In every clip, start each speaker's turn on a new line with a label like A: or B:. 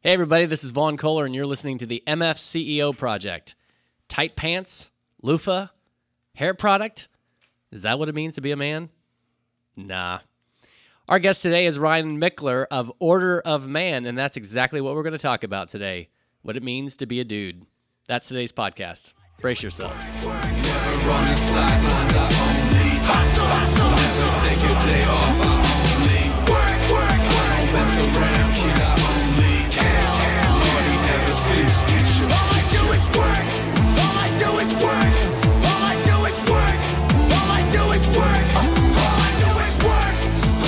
A: Hey, everybody, this is Vaughn Kohler, and you're listening to the MF CEO E Project. Tight pants, loofah, hair product. Is that what it means to be a man? Nah. Our guest today is Ryan Mickler of Order of Man, and that's exactly what we're going to talk about today what it means to be a dude. That's today's podcast. Brace yourselves.
B: Never on the sidelines, I only hustle. Never take a day off, I only work, work, work. Don't mess around, kid, I only count. Lord, he never sleeps, get your
C: All I do is work. All I do is work. All I do is work. All I do is work. All I do is work.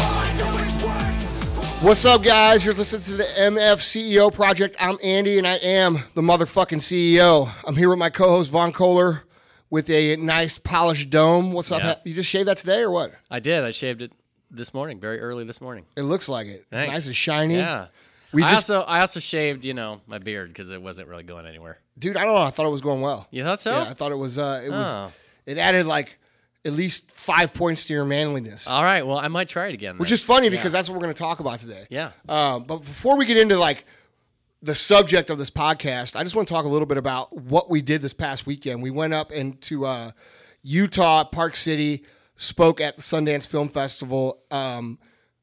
C: All I do is work.
D: What's up, guys? You're listening to the MF CEO E Project. I'm Andy, and I am the motherfucking CEO. I'm here with my co-host Von Kohler with a nice polished dome. What's up?
A: Yeah.
D: You just shaved that today, or what?
A: I did. I shaved it this morning, very early this morning.
D: It looks like it. It's
A: Thanks.
D: nice and shiny.
A: Yeah.
D: We
A: I
D: just-
A: also I also shaved, you know, my beard because it wasn't really going anywhere.
D: Dude, I don't know. I thought it was going well.
A: You thought so?
D: Yeah, I thought it was. Uh, it
A: Oh.
D: was. It added like at least five points to your manliness,
A: All right. Well, I might try it again.
D: which
A: then.
D: is funny because that's what we're going to talk about today.
A: yeah.
D: Um, but before we get into like the subject of this podcast, I just want to talk a little bit about what we did this past weekend. We went up into uh, Utah, Park City, spoke at the Sundance Film Festival. Um,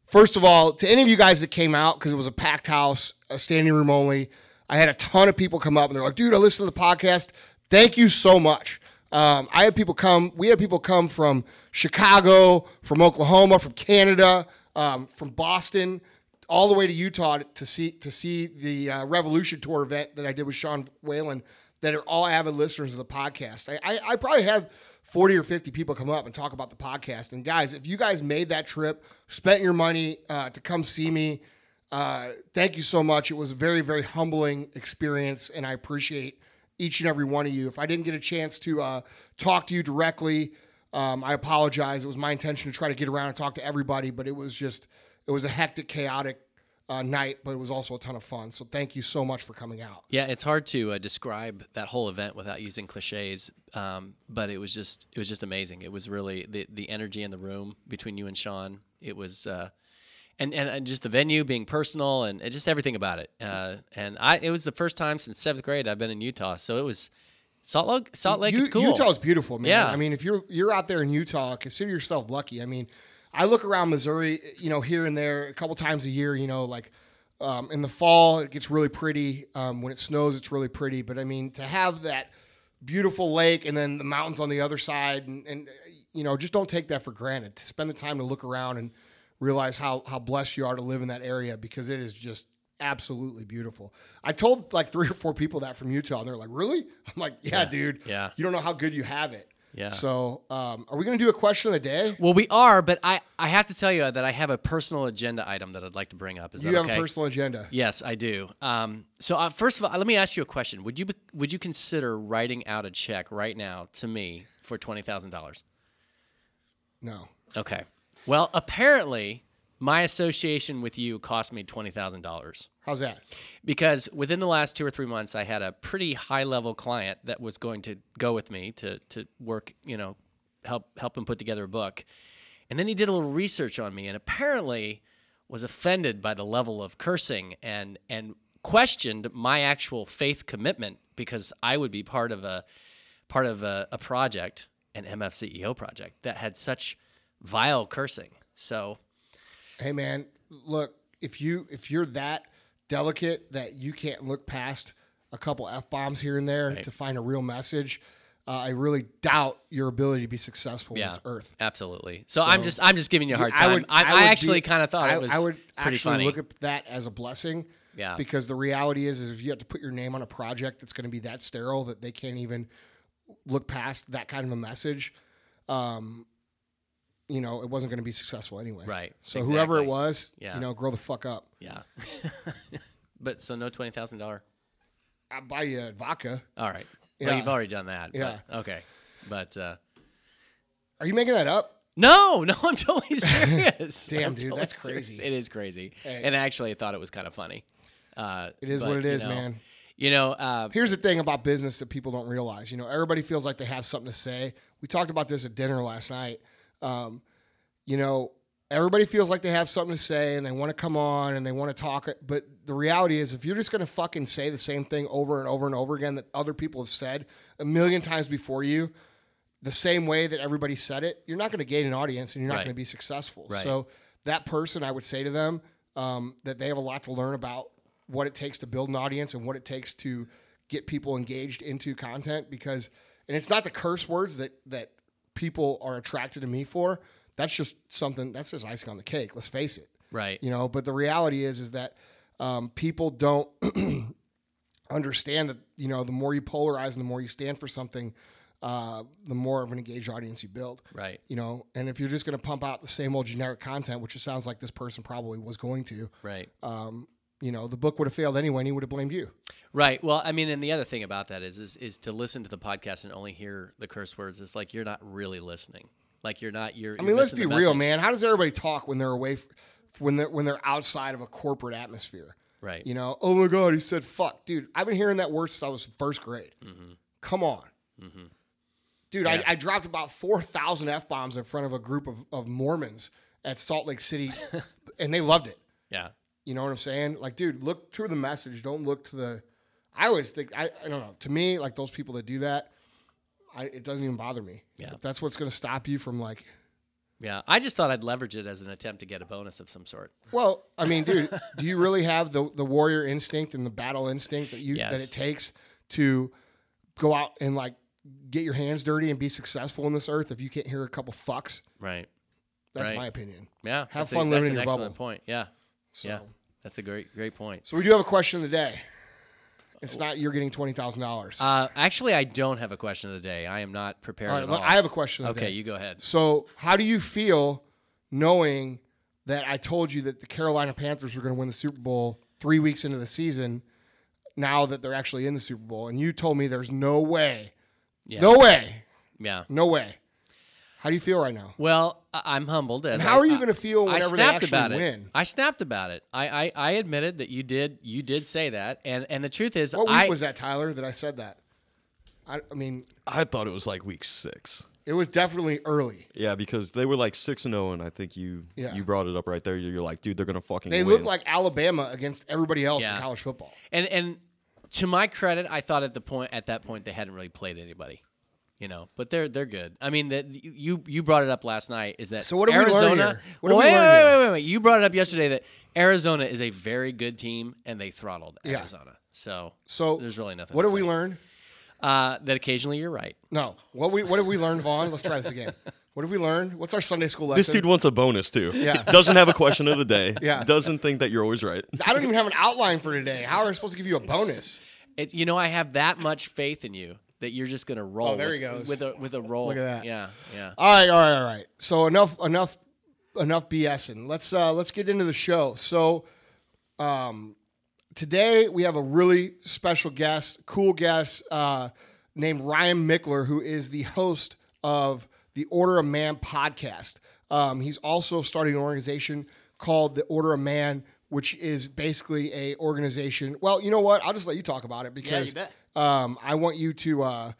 D: first of all, to any of you guys that came out, because it was a packed house, a standing room only, I had a ton of people come up and they're like, dude, I listened to the podcast. Thank you so much. Um, I had people come. We had people come from Chicago, from Oklahoma, from Canada, um, from Boston, all the way to Utah to see to see the uh, Revolution Tour event that I did with Sean Whalen. That are all avid listeners of the podcast. I, I, I probably have forty or fifty people come up and talk about the podcast. And guys, if you guys made that trip, spent your money uh, to come see me, uh, thank you so much. It was a very very humbling experience, and I appreciate each and every one of you. If I didn't get a chance to uh, talk to you directly, um, I apologize. It was my intention to try to get around and talk to everybody, but it was just it was a hectic, chaotic uh, night, but it was also a ton of fun. So thank you so much for coming out.
A: Yeah, it's hard to uh, describe that whole event without using cliches, um, but it was just it was just amazing. It was really the the energy in the room between you and Sean. It was, uh, and, and and just the venue being personal and, and just everything about it. Uh, and I it was the first time since seventh grade I've been in Utah, so it was Salt Lake. Salt Lake is
D: U-
A: cool.
D: Utah's beautiful, man.
A: Yeah.
D: I mean, if you're you're out there in Utah, consider yourself lucky. I mean, I look around Missouri, you know, here and there a couple times a year. You know, like um, in the fall, it gets really pretty. Um, when it snows, it's really pretty. But I mean, to have that beautiful lake and then the mountains on the other side, and, and uh, you know, just don't take that for granted. To spend the time to look around and realize how how blessed you are to live in that area because it is just absolutely beautiful. I told like three or four people that from Utah and they're like, "Really?" I'm like, "Yeah, dude.
A: yeah.
D: You don't know how good you have it."
A: Yeah.
D: So, um, are we going to do a question of the day?
A: Well, we are, but I I have to tell you that I have a personal agenda item that I'd like to bring up. Is
D: Do you
A: that
D: have
A: okay?
D: a personal agenda?
A: Yes, I do. Um, so uh, first of all, let me ask you a question. Would you be, would you consider writing out a check right now to me for twenty thousand dollars?
D: No.
A: Okay. Well, apparently, my association with you cost me twenty thousand dollars
D: How's that?
A: because within the last two or three months, I had a pretty high level client that was going to go with me to to work, you know, help help him put together a book, and then he did a little research on me, and apparently was offended by the level of cursing and and questioned my actual faith commitment because I would be part of a part of a, a project, an MF CEO E project that had such vile cursing. So
D: Hey, man. Look, if you if you're that delicate that you can't look past a couple f bombs here and there to find a real message, uh, I really doubt your ability to be successful on
A: yeah,
D: this earth.
A: absolutely. So, I'm just I'm just giving you a hard
D: I
A: time. I,
D: would-
A: I,
D: would
A: actually
D: be-
A: kind of thought
D: I,
A: it was
D: I would
A: pretty
D: actually
A: funny.
D: look at that as a blessing.
A: Yeah.
D: Because the reality is, is if you have to put your name on a project that's going to be that sterile that they can't even look past that kind of a message, um, you know, it wasn't going to be successful anyway.
A: Right,
D: So whoever it
A: exactly.
D: was,
A: Yeah.
D: you know, grow the fuck up.
A: yeah. but so no twenty thousand dollar.
D: I buy you vodka.
A: All right. Well,
D: Yeah.
A: you've already done that.
D: Yeah.
A: But, okay. But uh,
D: Are you making that up?
A: no, no, I'm totally serious.
D: Damn,
A: I'm
D: dude,
A: totally
D: that's
A: serious.
D: crazy.
A: It is crazy.
D: Hey.
A: And actually, I thought it was kind of funny. Uh,
D: It is
A: but,
D: what it
A: you
D: is,
A: know-
D: man.
A: You know, uh,
D: Here's the thing about business that people don't realize. You know, everybody feels like they have something to say. We talked about this at dinner last night. Um, you know, everybody feels like they have something to say and they want to come on and they want to talk. it, But the reality is, if you're just going to fucking say the same thing over and over and over again that other people have said a million times before you, the same way that everybody said it, you're not going to gain an audience and you're not
A: Right.
D: going to be successful.
A: Right.
D: So that person, I would say to them um, that they have a lot to learn about what it takes to build an audience and what it takes to get people engaged into content because, and it's not the curse words that that people are attracted to me for. That's just something. That's just icing on the cake. Let's face it.
A: Right.
D: You know, but the reality is, is that um, people don't understand that you know the more you polarize and the more you stand for something, uh, the more of an engaged audience you build.
A: Right.
D: You know, and if you're just going to pump out the same old generic content, which it sounds like this person probably was going to,
A: Right.
D: you know, the book would have failed anyway, and he would have blamed you.
A: Right. Well, I mean, and the other thing about that is, is is to listen to the podcast and only hear the curse words. It's like you're not really listening. Like you're not. You're.
D: I mean, let's be real, man. How does everybody talk when they're away, f- when they're when they're outside of a corporate atmosphere?
A: Right.
D: You know, oh my god, he said fuck, dude. I've been hearing that word since I was in first grade. Come on.
A: Mm-hmm.
D: Dude,
A: Yeah.
D: I, I dropped about 4,000 F bombs in front of a group of, of Mormons at Salt Lake City, and they loved it.
A: Yeah.
D: You know what I'm saying? Like, dude, look to the message. Don't look to the. I always think I, I don't know. To me, like those people that do that, I, it doesn't even bother me.
A: Yeah.
D: If that's what's going to stop you from like.
A: Yeah. I just thought I'd leverage it as an attempt to get a bonus of some sort.
D: Well, I mean, dude, do you really have the the warrior instinct and the battle instinct that you that
A: Yes.
D: it takes to go out and like get your hands dirty and be successful in this earth if you can't hear a couple fucks?
A: Right.
D: That's
A: Right.
D: my opinion.
A: Yeah.
D: Have
A: that's a-
D: fun living
A: that's
D: in
A: an
D: your
A: excellent
D: bubble.
A: Point. Yeah.
D: So,
A: Yeah. That's a great great point.
D: so we do have a question of the day. It's not you're getting twenty thousand dollars. All
A: Uh, actually, I don't have a question of the day. I am not prepared
D: right,
A: at all.
D: I have a question. Of the
A: okay,
D: day.
A: you go ahead.
D: So, how do you feel knowing that I told you that the Carolina Panthers were going to win the Super Bowl three weeks into the season? Now that they're actually in the Super Bowl, and you told me there's no way,
A: Yeah.
D: no way,
A: Yeah.
D: no way. How do you feel right now?
A: Well, I- I'm humbled. As I-
D: How are you
A: I-
D: going to feel
A: I
D: whenever they
A: snapped
D: actually
A: about it.
D: win?
A: I snapped about it. I, I, I admitted that you did you did say that, and and the truth is,
D: What week
A: I
D: was that, Tyler? That I said that? I, I mean,
E: I thought it was like week six.
D: it was definitely early.
E: Yeah, because they were like six and zero, and I think you
D: Yeah.
E: you brought it up right there. You're like, dude, they're gonna fucking.
D: They
E: win.
D: looked like Alabama against everybody else
A: Yeah.
D: in college football.
A: and and to my credit, I thought at the point at that point they hadn't really played anybody, you know. But they're they're good. I mean, that you you brought it up last night. Is that
D: So what do we learn
A: Arizona?
D: here? What do
A: Well,
D: we
A: wait,
D: learn
A: wait,
D: here?
A: wait, wait, wait. You brought it up yesterday that Arizona is a very good team, and they throttled
D: Yeah.
A: Arizona. So
D: So
A: there's really nothing.
D: What
A: to
D: did we
A: say.
D: learn?
A: Uh, that occasionally you're right.
D: No. What we what have we learned, Vaughn? Let's try this again. What have we learned? What's our Sunday school lesson?
E: this dude wants a bonus too.
D: Yeah.
E: doesn't have a question of the day.
D: Yeah.
E: doesn't think that you're always right.
D: I don't even have an outline for today. How are I supposed to give you a bonus?
A: It's you know I have that much faith in you that you're just gonna roll.
D: Oh, there
A: with,
D: he goes.
A: with a with a roll.
D: Look at that. Oh,
A: Yeah, yeah.
D: All right, all right, all right. So enough, enough, enough BSing. Let's uh, let's get into the show. So, um, today we have a really special guest, cool guest uh, named Ryan Mickler, who is the host of the Order of Man podcast. Um, he's also starting an organization called the Order of Man, which is basically a organization. Well, you know what? I'll just let you talk about it because
A: bet.
D: um, I want you to uh,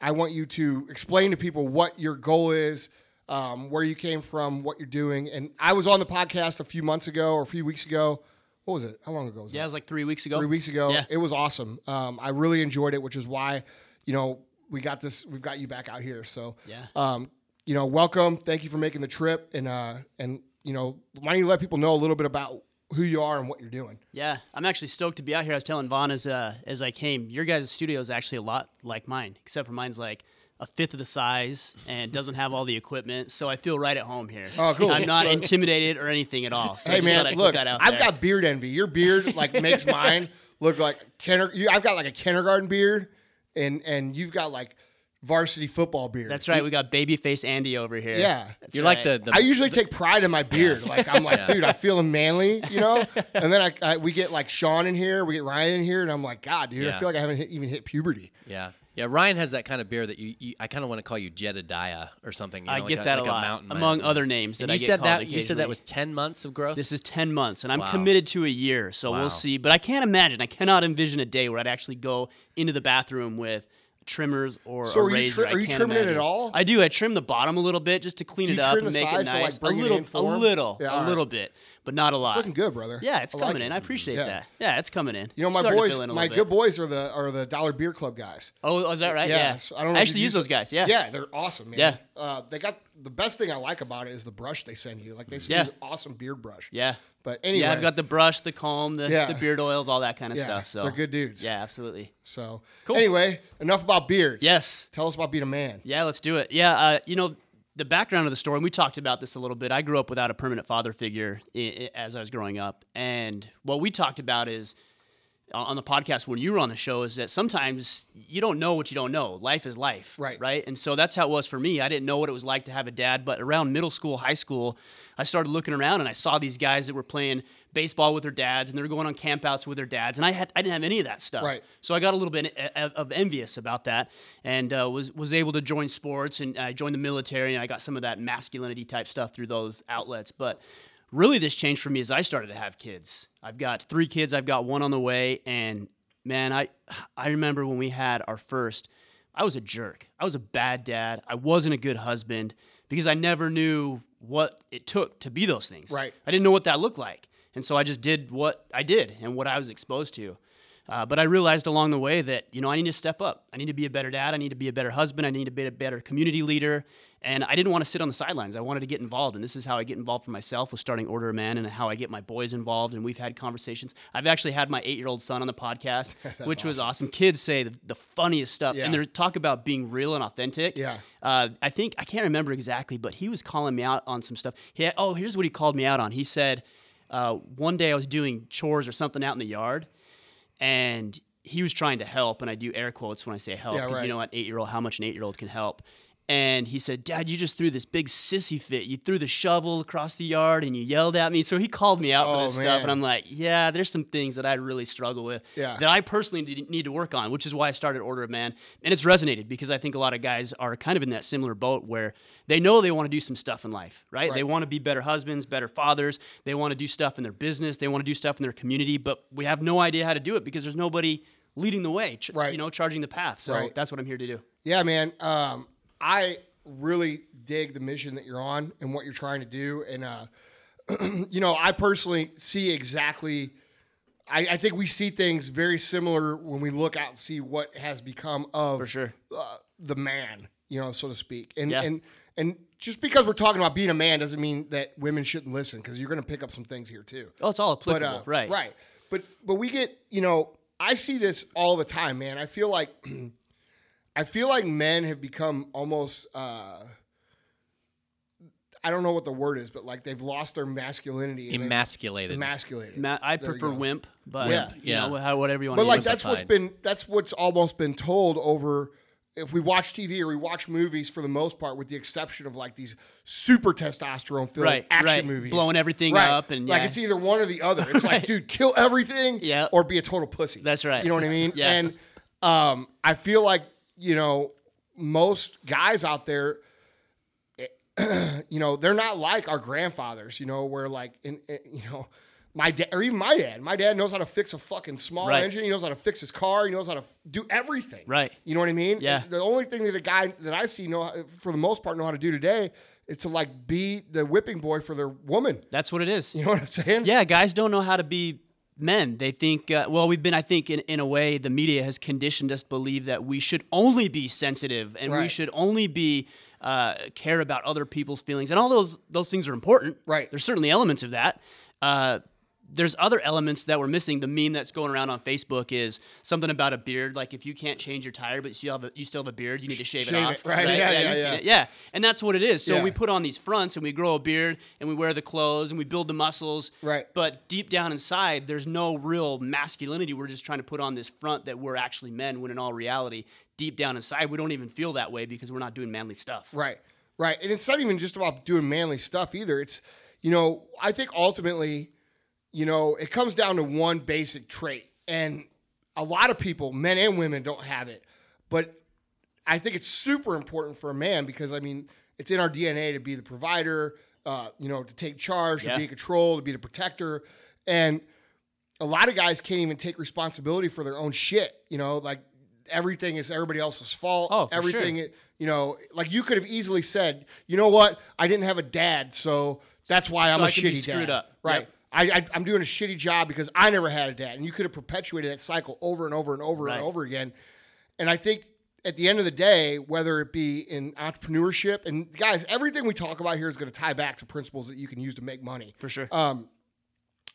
D: I want you to explain to people what your goal is, um, where you came from, what you're doing. And I was on the podcast a few months ago or a few weeks ago. What was it? How long ago was
F: Yeah, it
D: that?
F: was like three weeks ago.
D: Three weeks ago.
F: Yeah.
D: It was awesome. Um, I really enjoyed it, which is why, you know, we got this. We've got you back out here. So
F: Yeah.
D: um, you know, welcome. Thank you for making the trip. And uh, and you know, why don't you let people know a little bit about who you are and what you're doing?
F: Yeah, I'm actually stoked to be out here. I was telling Vaughn as uh, as I came, your guys' studio is actually a lot like mine, except for mine's like a fifth of the size and doesn't have all the equipment. So I feel right at home here.
D: Oh, cool.
F: I'm not
D: So-
F: intimidated or anything at all. So I
D: Hey
F: just thought
D: man,
F: I'd
D: look,
F: put that out
D: I've
F: there.
D: got beard envy. Your beard like makes mine look like kinder. You, I've got like a kindergarten beard, and and you've got like varsity football beard.
F: That's right. We got babyface Andy over here.
D: Yeah.
F: That's
A: You're like
F: right.
A: the, the
D: I usually take pride in my beard. Like I'm like, dude, I'm feeling manly, you know. And then I, I we get like Sean in here, we get Ryan in here, and I'm like, God, dude, I
A: Yeah.
D: feel like I haven't hit, even hit puberty.
A: Yeah, yeah. Ryan has that kind of beer that you. you I kind of want to call you Jedediah or something. you
F: I
A: know, like
F: get
A: a-
F: that
A: like
F: a lot,
A: mountain
F: among
A: man.
F: other names that
A: And
F: I
A: you
F: get
A: said
F: called
A: that you said that
F: occasionally.
A: was ten months of growth.
F: This is 10 months, and I'm
A: Wow.
F: committed to a year, so
A: Wow.
F: we'll see. But I can't imagine, I cannot envision a day where I'd actually go into the bathroom with trimmers or
D: So
F: a
D: are you
F: razor.
D: tri-
F: I
D: are you
F: can't
D: trimming it at
F: imagine.
D: all?
F: I do. I trim the bottom a little bit just to clean
D: Do
F: it
D: you
F: up
D: trim
F: and
D: the
F: make
D: size
F: it
D: to, like,
F: nice.
D: bring
F: a
D: it
F: little,
D: in
F: a
D: form?
F: little,
D: Yeah,
F: a
D: all
F: little
D: right.
F: bit, but not a lot.
D: It's looking good, brother.
F: Yeah, it's
D: I like
F: coming
D: it.
F: in. I appreciate
D: Yeah.
F: that. Yeah, it's coming in.
D: You know,
F: It's
D: my
F: starting to
D: boys,
F: fill in a
D: my
F: little
D: good
F: bit.
D: boys are the are the Dollar Beer Club guys.
F: Oh, is that right?
D: Yeah,
F: Yeah.
D: so Uh, I don't know
F: I
D: if
F: actually
D: you've
F: use
D: used
F: those
D: it.
F: guys. Yeah.
D: yeah, they're awesome, man.
F: Yeah.
D: uh, they got the best thing I like about it is the brush they send you. Like they send
F: Yeah.
D: you an awesome beard brush.
F: Yeah.
D: but anyway,
F: Yeah, I've got the brush, the comb, the,
D: Yeah.
F: the beard oils, all that kind of
D: Yeah,
F: stuff. So
D: they're good dudes.
F: Yeah, absolutely.
D: so anyway. Enough about beards.
F: Yes.
D: tell us about being a man.
F: Yeah, let's do it. Yeah, uh, you know, the background of the story, and we talked about this a little bit. I grew up without a permanent father figure i- i- as I was growing up. And what we talked about is uh, on on the podcast when you were on the show is that sometimes you don't know what you don't know. Life is life.
D: Right.
F: Right. And so that's how it was for me. I didn't know what it was like to have a dad, but around middle school, high school, I started looking around and I saw these guys that were playing baseball with their dads and they were going on campouts with their dads. And I had I didn't have any of that stuff.
D: Right.
F: So I got a little bit e- of envious about that, and uh, was was able to join sports and I joined the military, and I got some of that masculinity type stuff through those outlets. But really, this changed for me as I started to have kids. I've got three kids. I've got one on the way, and man, I I remember when we had our first. I was a jerk. I was a bad dad. I wasn't a good husband because I never knew what it took to be those things.
D: Right.
F: I didn't know what that looked like. And so I just did what I did and what I was exposed to. Uh, but I realized along the way that, you know, I need to step up. I need to be a better dad. I need to be a better husband. I need to be a better community leader. And I didn't want to sit on the sidelines. I wanted to get involved. And this is how I get involved for myself with starting Order a Man and how I get my boys involved. And we've had conversations. I've actually had my eight year old son on the podcast, which was awesome. Kids say the, the funniest stuff.
D: Yeah.
F: And they're talk about being real and authentic.
D: Yeah.
F: Uh, I think I can't remember exactly, but he was calling me out on some stuff. He had, oh, here's what he called me out on. He said, uh, one day I was doing chores or something out in the yard, and he was trying to help, and I do air quotes when I say help
D: Yeah,
F: because
D: right.
F: you know an eight year old how much an eight year old can help. And he said, Dad, you just threw this big sissy fit. You threw the shovel across the yard and you yelled at me. So he called me out
D: Oh,
F: for this
D: man.
F: stuff. And I'm like, yeah, there's some things that I really struggle with
D: Yeah.
F: that I personally need- need to work on, which is why I started Order of Man. And it's resonated because I think a lot of guys are kind of in that similar boat where they know they want to do some stuff in life, right? They want to be better husbands, better fathers. They want to do stuff in their business. They want to do stuff in their community, but we have no idea how to do it because there's nobody leading the way, ch-
D: Right.
F: you know, charging the path. So
D: Right.
F: that's what I'm here to do.
D: Yeah, man. Um, I really dig the mission that you're on and what you're trying to do. And, uh, you know, I personally see exactly, I, I think we see things very similar when we look out and see what has become of For
F: sure.
D: uh, the man, you know, so to speak. And,
F: Yeah.
D: and, and just because we're talking about being a man doesn't mean that women shouldn't listen because you're going to pick up some things here too.
F: Oh, it's all
D: But,
F: applicable,
D: uh,
F: right?
D: Right. But but we get you know I see this all the time, man. I feel like I feel like men have become almost uh, I don't know what the word is, but like they've lost their masculinity. and they've
A: Emasculated.
D: Emasculated.
F: Matt, I
D: There you
F: prefer
D: go.
F: wimp, but
D: Yeah.
F: you know,
A: Yeah.
F: how- whatever you want
D: But
F: to
D: like
F: use.
D: that's what's
A: Emphasified.
D: been that's what's almost been told over if we watch TV or we watch movies for the most part, with the exception of like these super testosterone filled
F: Right,
D: action
F: right.
D: movies.
F: Blowing everything up and,
D: like
F: yeah.
D: it's either one or the other. It's like, dude, kill everything
F: Yeah.
D: or be a total pussy.
F: That's right.
D: You know what I mean?
F: Yeah.
D: And um, I feel like, you know, most guys out there you know, they're not like our grandfathers, you know, where like, in, in- you know, my dad or even my dad, my dad knows how to fix a fucking small
F: Right.
D: engine. He knows how to fix his car. He knows how to f- do everything.
F: Right.
D: You know what I mean?
F: Yeah.
D: And the only thing that a guy that I see know for the most part know how to do today is to like be the whipping boy for their woman.
F: that's what it is.
D: You know what I'm saying?
F: Yeah, guys don't know how to be men. They think, uh, well, we've been, I think, in, in a way, the media has conditioned us to believe that we should only be sensitive and we
D: Right.
F: should only be uh, care about other people's feelings. And all those those things are important.
D: Right.
F: There's certainly elements of that. Uh, there's other elements that we're missing. The meme that's going around on Facebook is something about a beard. Like if you can't change your tire, but you still have a, you still have a beard, you need to shave,
D: Shave
F: it
D: it,
F: off.
D: right. Yeah, yeah,
F: you've seen
D: yeah.
F: it. Yeah, and that's what it is. So
D: Yeah.
F: we put on these fronts and we grow a beard and we wear the clothes and we build the muscles.
D: Right.
F: But deep down inside, there's no real masculinity. We're just trying to put on this front that we're actually men when in all reality, deep down inside, we don't even feel that way because we're not doing manly stuff.
D: Right. Right. And it's not even just about doing manly stuff either. It's, you know, I think ultimately, you know, it comes down to one basic trait. And a lot of people, men and women, don't have it. But I think it's super important for a man because, I mean, it's in our DNA to be the provider, uh, you know, to take charge,
F: Yeah.
D: to be in control, to be the protector. And, a lot of guys can't even take responsibility for their own shit. You know, like everything is everybody else's fault.
F: Oh, for
D: everything,
F: sure.
D: you know, like you could have easily said, you know what, I didn't have a dad, so that's why I'm a
F: I can be
D: shitty
F: screwed
D: dad,
F: up.
D: right?
F: Yep.
D: I, I, I'm doing a shitty job because I never had a dad, and you could have perpetuated that cycle over and over and over
F: Right.
D: and over again. And I think at the end of the day, whether it be in entrepreneurship and guys, everything we talk about here is going to tie back to principles that you can use to make money
F: for sure.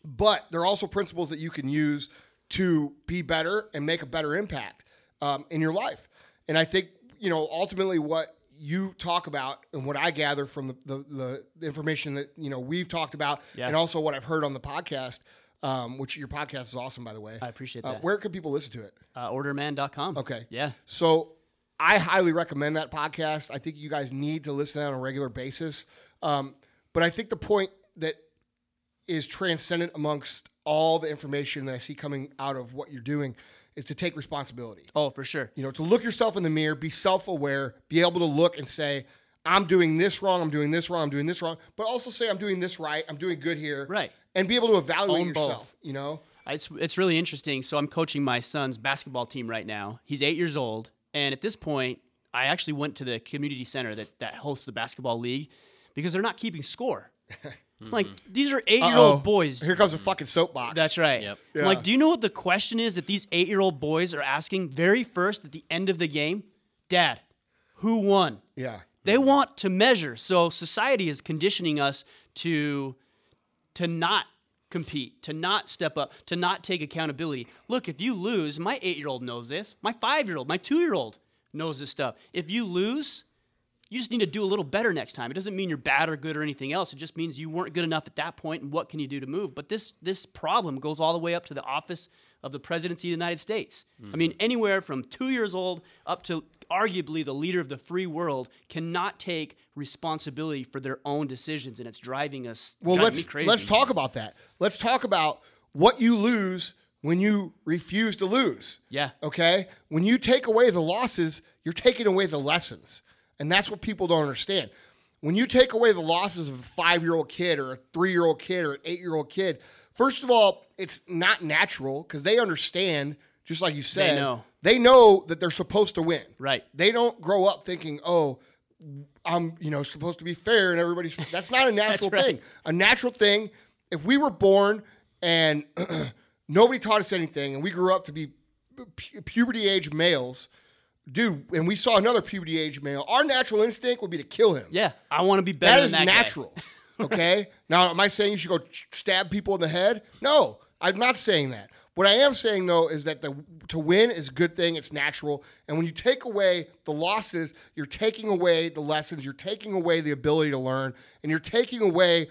D: but there are also principles that you can use to be better and make a better impact um, in your life. And I think you know ultimately what you talk about and what I gather from the the, the- the information that you know we've talked about,
F: Yeah.
D: and also what I've heard on the podcast, um, which your podcast is awesome by the way.
F: I appreciate
D: Uh,
F: that.
D: where can people listen to it?
F: uh, orderman.com.
D: Okay.
F: Yeah.
D: So I highly recommend that podcast. I think you guys need to listen to it on a regular basis. Um, but I think the point that is transcendent amongst all the information that I see coming out of what you're doing is to take responsibility.
F: Oh, for sure.
D: You know, to look yourself in the mirror, be self aware, be able to look and say, I'm doing this wrong, I'm doing this wrong, I'm doing this wrong, but also say, I'm doing this right, I'm doing good here.
F: Right.
D: And be able to evaluate
F: Own both.
D: yourself, you know?
F: Uh, It's it's really interesting. So I'm coaching my son's basketball team right now. He's eight years old, and at this point, I actually went to the community center that that hosts the basketball league because they're not keeping score. Like these are eight year
D: Uh-oh.
F: old boys.
D: Here comes a fucking soapbox.
F: That's right.
A: Yep.
F: I'm Like, do you know what the question is that these eight year old boys are asking very first at the end of the game? Dad, who won?
D: Yeah.
F: They want to measure. So society is conditioning us to to not compete, to not step up, to not take accountability. Look, if you lose, my 8-year-old knows this. My 5-year-old, my 2-year-old knows this stuff. If you lose, you just need to do a little better next time. It doesn't mean you're bad or good or anything else. It just means you weren't good enough at that point and what can you do to move? But this this problem goes all the way up to the office of the presidency of the United States. I
D: Mm-hmm.
F: mean, anywhere from 2 years old up to arguably the leader of the free world cannot take responsibility for their own decisions and it's driving us
D: Well,
F: driving
D: let's
F: me crazy.
D: let's talk about that. Let's talk about what you lose when you refuse to lose.
F: Yeah.
D: Okay. When you take away the losses, you're taking away the lessons, and that's what people don't understand. When you take away the losses of a five-year-old kid or a three-year-old kid or an eight-year-old kid, first of all, it's not natural because they understand, just like you said,
F: know.
D: they know that they're supposed to win.
F: Right.
D: They don't grow up thinking, oh, I'm you know supposed to be fair and everybody's that's not a natural thing. A natural thing, if we were born and nobody taught us anything and we grew up to be pu- puberty age males, dude, and we saw another puberty age male, our natural instinct would be to kill him.
F: Yeah, I want to be better.
D: that is
F: than that guy.
D: natural. okay. Now, am I saying you should go ch- stab people in the head? No, I'm not saying that. What I am saying though is that the to win is a good thing. It's natural, and when you take away the losses, you're taking away the lessons. You're taking away the ability to learn, and you're taking away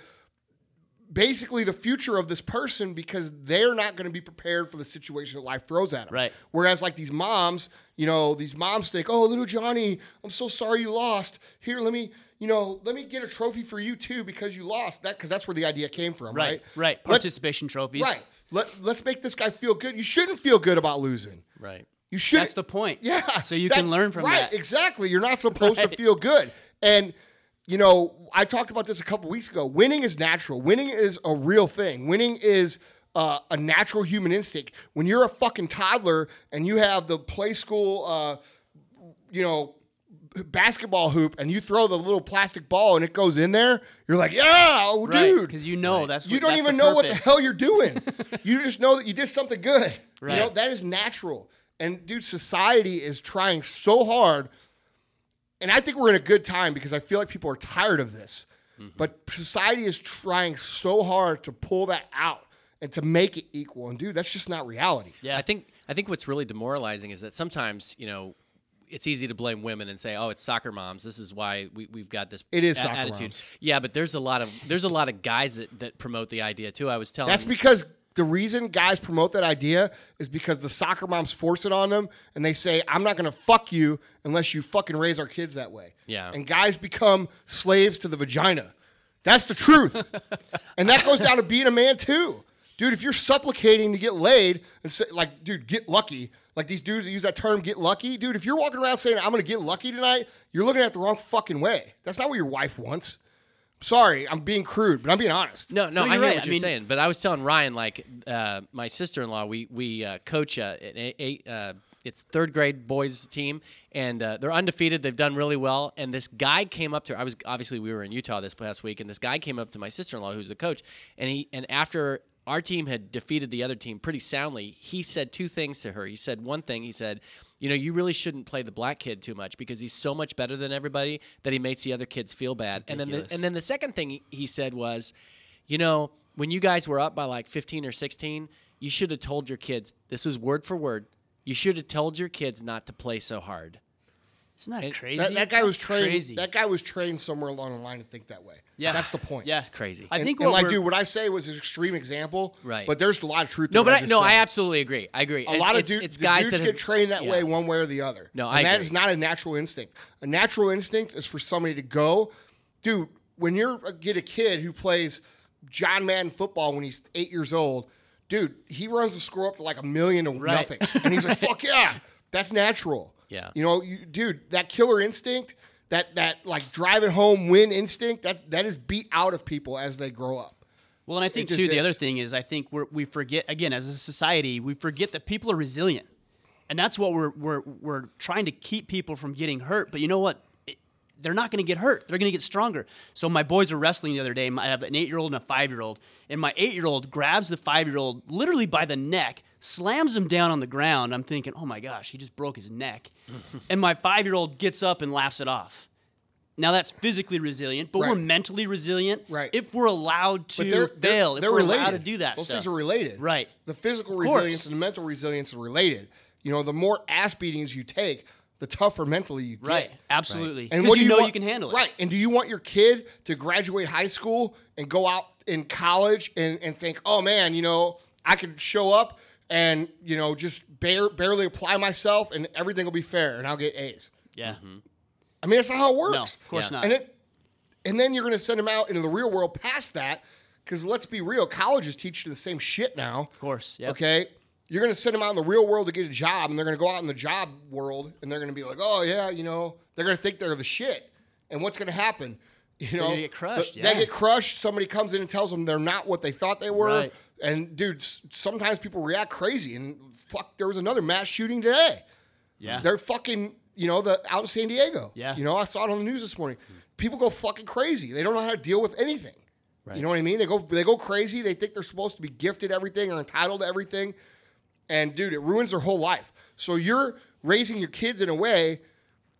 D: basically the future of this person because they're not going to be prepared for the situation that life throws at them.
F: Right.
D: Whereas like these moms, you know, these moms think, "Oh, little Johnny, I'm so sorry you lost. Here, let me, you know, let me get a trophy for you too because you lost." That because that's where the idea came from, right?
F: Right, right.
D: Let's,
F: Participation trophies.
D: right. Let, let's make this guy feel good. You shouldn't feel good about losing.
A: Right.
D: You should.
F: That's the point.
D: Yeah.
F: So you
D: that-
F: can learn from
D: right,
F: that.
D: Exactly. You're not supposed to feel good. And you know, I talked about this a couple weeks ago. Winning is natural. Winning is a real thing. Winning is uh, a natural human instinct. When you're a fucking toddler and you have the play school, uh, you know, basketball hoop, and you throw the little plastic ball and it goes in there, you're like, yeah, oh, dude,
F: Because you know that's
D: you
F: what-
D: don't
F: that's
D: even
F: the
D: know what the
F: purpose.
D: hell you're doing. you just know that you did something good. You know,
F: Right.
D: that is natural. And dude, society is trying so hard. And I think we're in a good time because I feel like people are tired of this.
F: Mm-hmm.
D: But society is trying so hard to pull that out and to make it equal. And dude, that's just not reality.
F: Yeah.
A: I think I think what's really demoralizing is that sometimes you know it's easy to blame women and say, "Oh, it's soccer moms. This is why we, we've got this."
D: It is
A: a-
D: soccer
A: attitude.
D: moms.
A: Yeah, but there's a lot of there's a lot of guys that, that promote the idea too. I was telling
D: That's because the reason guys promote that idea is because the soccer moms force it on them and they say, I'm not gonna fuck you unless you fucking raise our kids that way.
A: Yeah.
D: And guys become slaves to the vagina. That's the truth. and that goes down to being a man too. Dude, if you're supplicating to get laid and say, like, dude, get lucky. Like these dudes that use that term, get lucky. Dude, if you're walking around saying, I'm gonna get lucky tonight, you're looking at it the wrong fucking way. That's not what your wife wants. Sorry, I'm being crude, but I'm being honest.
A: No, no,
F: No,
A: I
F: you're
A: hear
F: right.
A: what
F: I
A: you're
F: mean-
A: saying, but I was telling Ryan like uh, my sister in law. We we uh, coach uh, an eight, uh, It's third grade boys team, and uh, they're undefeated. They've done really well. And this guy came up to her. I was obviously we were in Utah this past week, and this guy came up to my sister in law, who's a coach, and he and after our team had defeated the other team pretty soundly, he said two things to her. He said one thing. He said, "You know, you really shouldn't play the black kid too much because he's so much better than everybody that he makes the other kids feel bad." And then the, and then the second thing he- he said was you know, when you guys were up by like 15 or 16, you should have told your kids, this is word for word, you should have told your kids not to play so hard.
F: Isn't that crazy?
D: That, that guy was
F: That's
D: trained.
F: Crazy.
D: That guy was trained somewhere along the line to think that way.
F: yeah,
D: that's the point.
F: Yeah,
A: It's crazy.
F: I
D: And,
F: think
D: and
F: what
D: like,
F: we're,
D: dude, what I say was an extreme example.
A: Right.
D: But there's a lot of truth.
A: No,
D: in what
A: but I,
D: just
A: no, I
D: said.
A: absolutely agree. I agree.
D: A lot of
A: it's,
D: dude,
A: it's
D: the
A: guys
D: dudes
A: that
D: get
A: have,
D: trained that
A: yeah.
D: way one way or the other.
A: No,
D: and
A: I
D: that
A: agree.
D: is not a natural instinct. A natural instinct is for somebody to go, dude. When you're uh, get a kid who plays John Madden football when he's eight years old, dude, he runs the score up to like a million to
F: Right.
D: nothing, and he's like, "Fuck yeah, that's natural."
A: Yeah.
D: you know, you, dude, that killer instinct, that that like drive it home win instinct, that that is beat out of people as they grow up.
F: well, and I think
D: just
F: too. The
D: is.
F: other thing is, I think we're, we forget again as a society, we forget that people are resilient, and that's what we're we're we're trying to keep people from getting hurt. But you know what? It, they're not going to get hurt. They're going to get stronger. So my boys were wrestling the other day. My- I have an eight-year-old and a five-year-old, and my eight-year-old grabs the five-year-old literally by the neck, slams him down on the ground. I'm thinking, oh my gosh, he just broke his neck, and my five-year-old gets up and laughs it off. Now that's physically resilient, but we're
D: Right.
F: mentally resilient
D: Right.
F: if we're allowed to
D: But they're, they're,
F: fail. if
D: they're
F: we're
D: related.
F: allowed to do that
D: Those
F: stuff.
D: things are related.
F: Right.
D: The physical
F: course.
D: resilience and the mental resilience are related. You know, the more ass beatings you take, the tougher mentally you get.
F: Right. Absolutely.
D: And
F: 'Cause
D: what do
F: you know
D: want-
F: you can handle it.
D: Right. And do you want your kid to graduate high school and go out in college and, and think, oh man, you know, I could show up and, you know, just bare, barely apply myself and everything will be fair and I'll get A's.
F: Yeah.
D: I mean, that's not how it works.
F: No, of course
A: Yeah.
F: not.
D: And it, and then you're going to send them out into the real world past that, because let's be real, colleges teach you the same shit now. Of
F: course, yep.
D: Okay. You're going to send them out in the real world to get a job, and they're going to go out in the job world, and they're going to be like, oh yeah, you know, they're going to think they're the shit. And what's going to happen? You know,
F: gonna get crushed,
D: the-
F: yeah.
D: They get crushed. Somebody comes in and tells them they're not what they thought they were.
F: Right.
D: And dude, s- sometimes people react crazy. And fuck, there was another mass shooting today.
F: yeah.
D: They're fucking, you know, the out in San Diego.
F: Yeah.
D: You know, I saw it on the news this morning. People go fucking crazy. They don't know how to deal with anything. You know what I mean? They go they go crazy. They think they're supposed to be gifted everything or entitled to everything. And dude, it ruins their whole life. So you're raising your kids in a way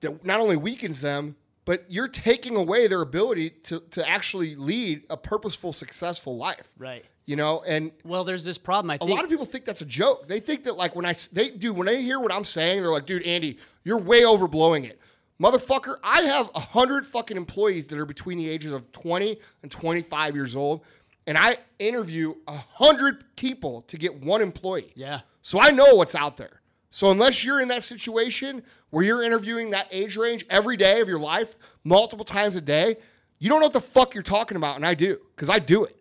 D: that not only weakens them, but you're taking away their ability to, to actually lead a purposeful, successful life.
F: Right.
D: You know, and
F: Well, there's this problem. I
D: a
F: think
D: lot of people think that's a joke. They think that like when I s- they do when they hear what I'm saying, they're like, "Dude, Andy, you're way overblowing it, motherfucker." I have a hundred fucking employees that are between the ages of 20 and 25 years old, and I interview a hundred people to get one employee.
F: Yeah.
D: So I know what's out there. So unless you're in that situation where you're interviewing that age range every day of your life, multiple times a day, you don't know what the fuck you're talking about, and I do because I do it.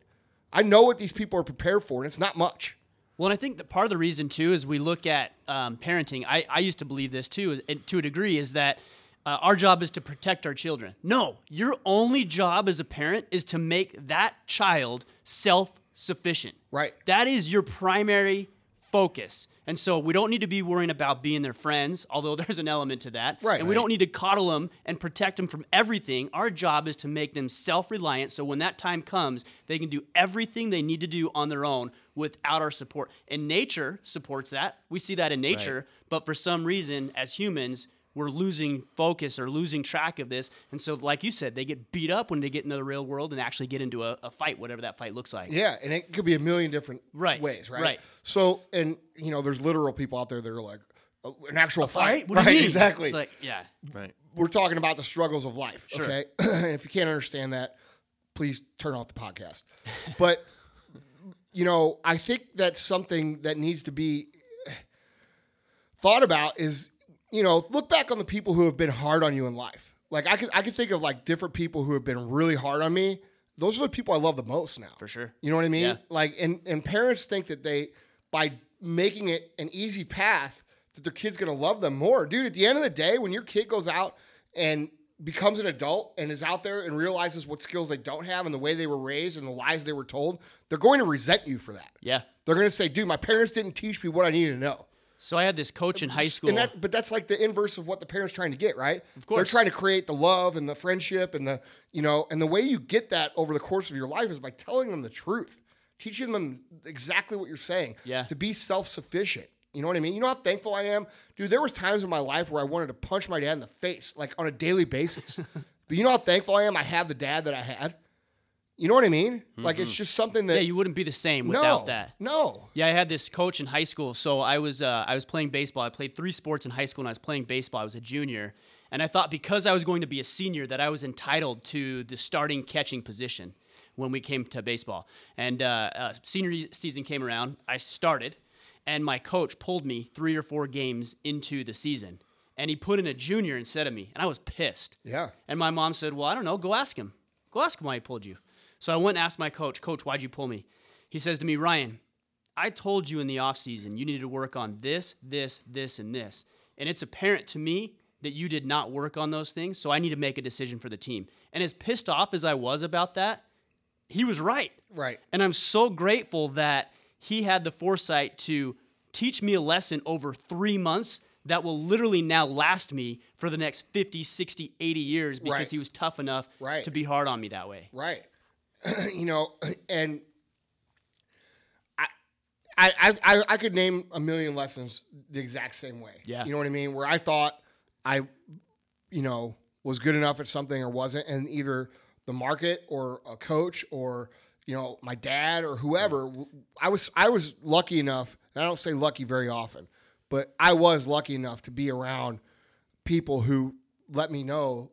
D: I know what these people are prepared for, and it's not much.
F: Well, and I think that part of the reason too is we look at um, parenting. I, I used to believe this too, and to a degree, is that uh, our job is to protect our children. No, your only job as a parent is to make that child self sufficient.
D: Right.
F: That is your primary focus. And so we don't need to be worrying about being their friends, although there's an element to that.
D: Right.
F: And we don't need to coddle them and protect them from everything. Our job is to make them self reliant so when that time comes, they can do everything they need to do on their own without our support. And nature supports that. We see that in nature. But for some reason, as humans, we're losing focus or losing track of this. And so, like you said, they get beat up when they get into the real world and actually get into a, a fight, whatever that fight looks like.
D: Yeah, and it could be a million different
F: Right,
D: ways, right?
F: right.
D: So, and you know, there's literal people out there that are like "Oh, an actual fight,
F: Fight? What do you
D: right?
F: mean?
D: Exactly.
F: It's like, yeah.
D: We're talking about the struggles of life. Okay, and if you can't understand that, please turn off the podcast. But you know, I think that's something that needs to be eh, thought about is you know look back on the people who have been hard on you in life like i could i could think of like different people who have been really hard on me those are the people i love the most now for
F: sure.
D: you know what i mean
F: Yeah.
D: like and and parents think that they by making it an easy path that their kid's gonna love them more dude at the end of the day when your kid goes out and becomes an adult and is out there and realizes what skills they don't have and the way they were raised and the lies they were told they're going to resent you for that
F: Yeah.
D: they're going to say, dude, my parents didn't teach me what I needed to know.
F: So I had this coach in high school.
D: And that, but that's like the inverse of what the parents trying to get, right? Of they're
F: course.
D: trying to create the love and the friendship and the you know, and the way you get that over the course of your life is by telling them the truth, teaching them exactly what you're saying.
F: Yeah.
D: To be self sufficient. You know what I mean? You know how thankful I am, dude. There was times in my life where I wanted to punch my dad in the face, like on a daily basis. but you know how thankful I am. I have the dad that I had. You know what I mean? Like it's just something that
F: Mm-hmm. yeah, you wouldn't be the same
D: no,
F: without that.
D: no.
F: Yeah, I had this coach in high school. So I was uh, I was playing baseball. I played three sports in high school, and I was playing baseball. I was a junior, and I thought because I was going to be a senior that I was entitled to the starting catching position when we came to baseball. And uh, uh, senior ye- season came around. I started, and my coach pulled me three or four games into the season, and he put in a junior instead of me, and I was pissed.
D: Yeah.
F: And my mom said, Well, I don't know. Go ask him. Go ask him why he pulled you. So I went and asked my coach, Coach, why'd you pull me? He says to me, Ryan, I told you in the offseason you needed to work on this, this, this, and this. And it's apparent to me that you did not work on those things. So I need to make a decision for the team. And as pissed off as I was about that, he was right.
D: Right.
F: And I'm so grateful that he had the foresight to teach me a lesson over three months that will literally now last me for the next 50, 60, 80 years because
D: Right.
F: he was tough enough
D: Right.
F: to be hard on me that way.
D: Right. you know, and I, I, I, I could name a million lessons the exact same way.
F: Yeah.
D: You know what I mean? Where I thought I, you know, was good enough at something or wasn't, and either the market or a coach or you know my dad or whoever, w- I was I was lucky enough, and I don't say lucky very often, but I was lucky enough to be around people who let me know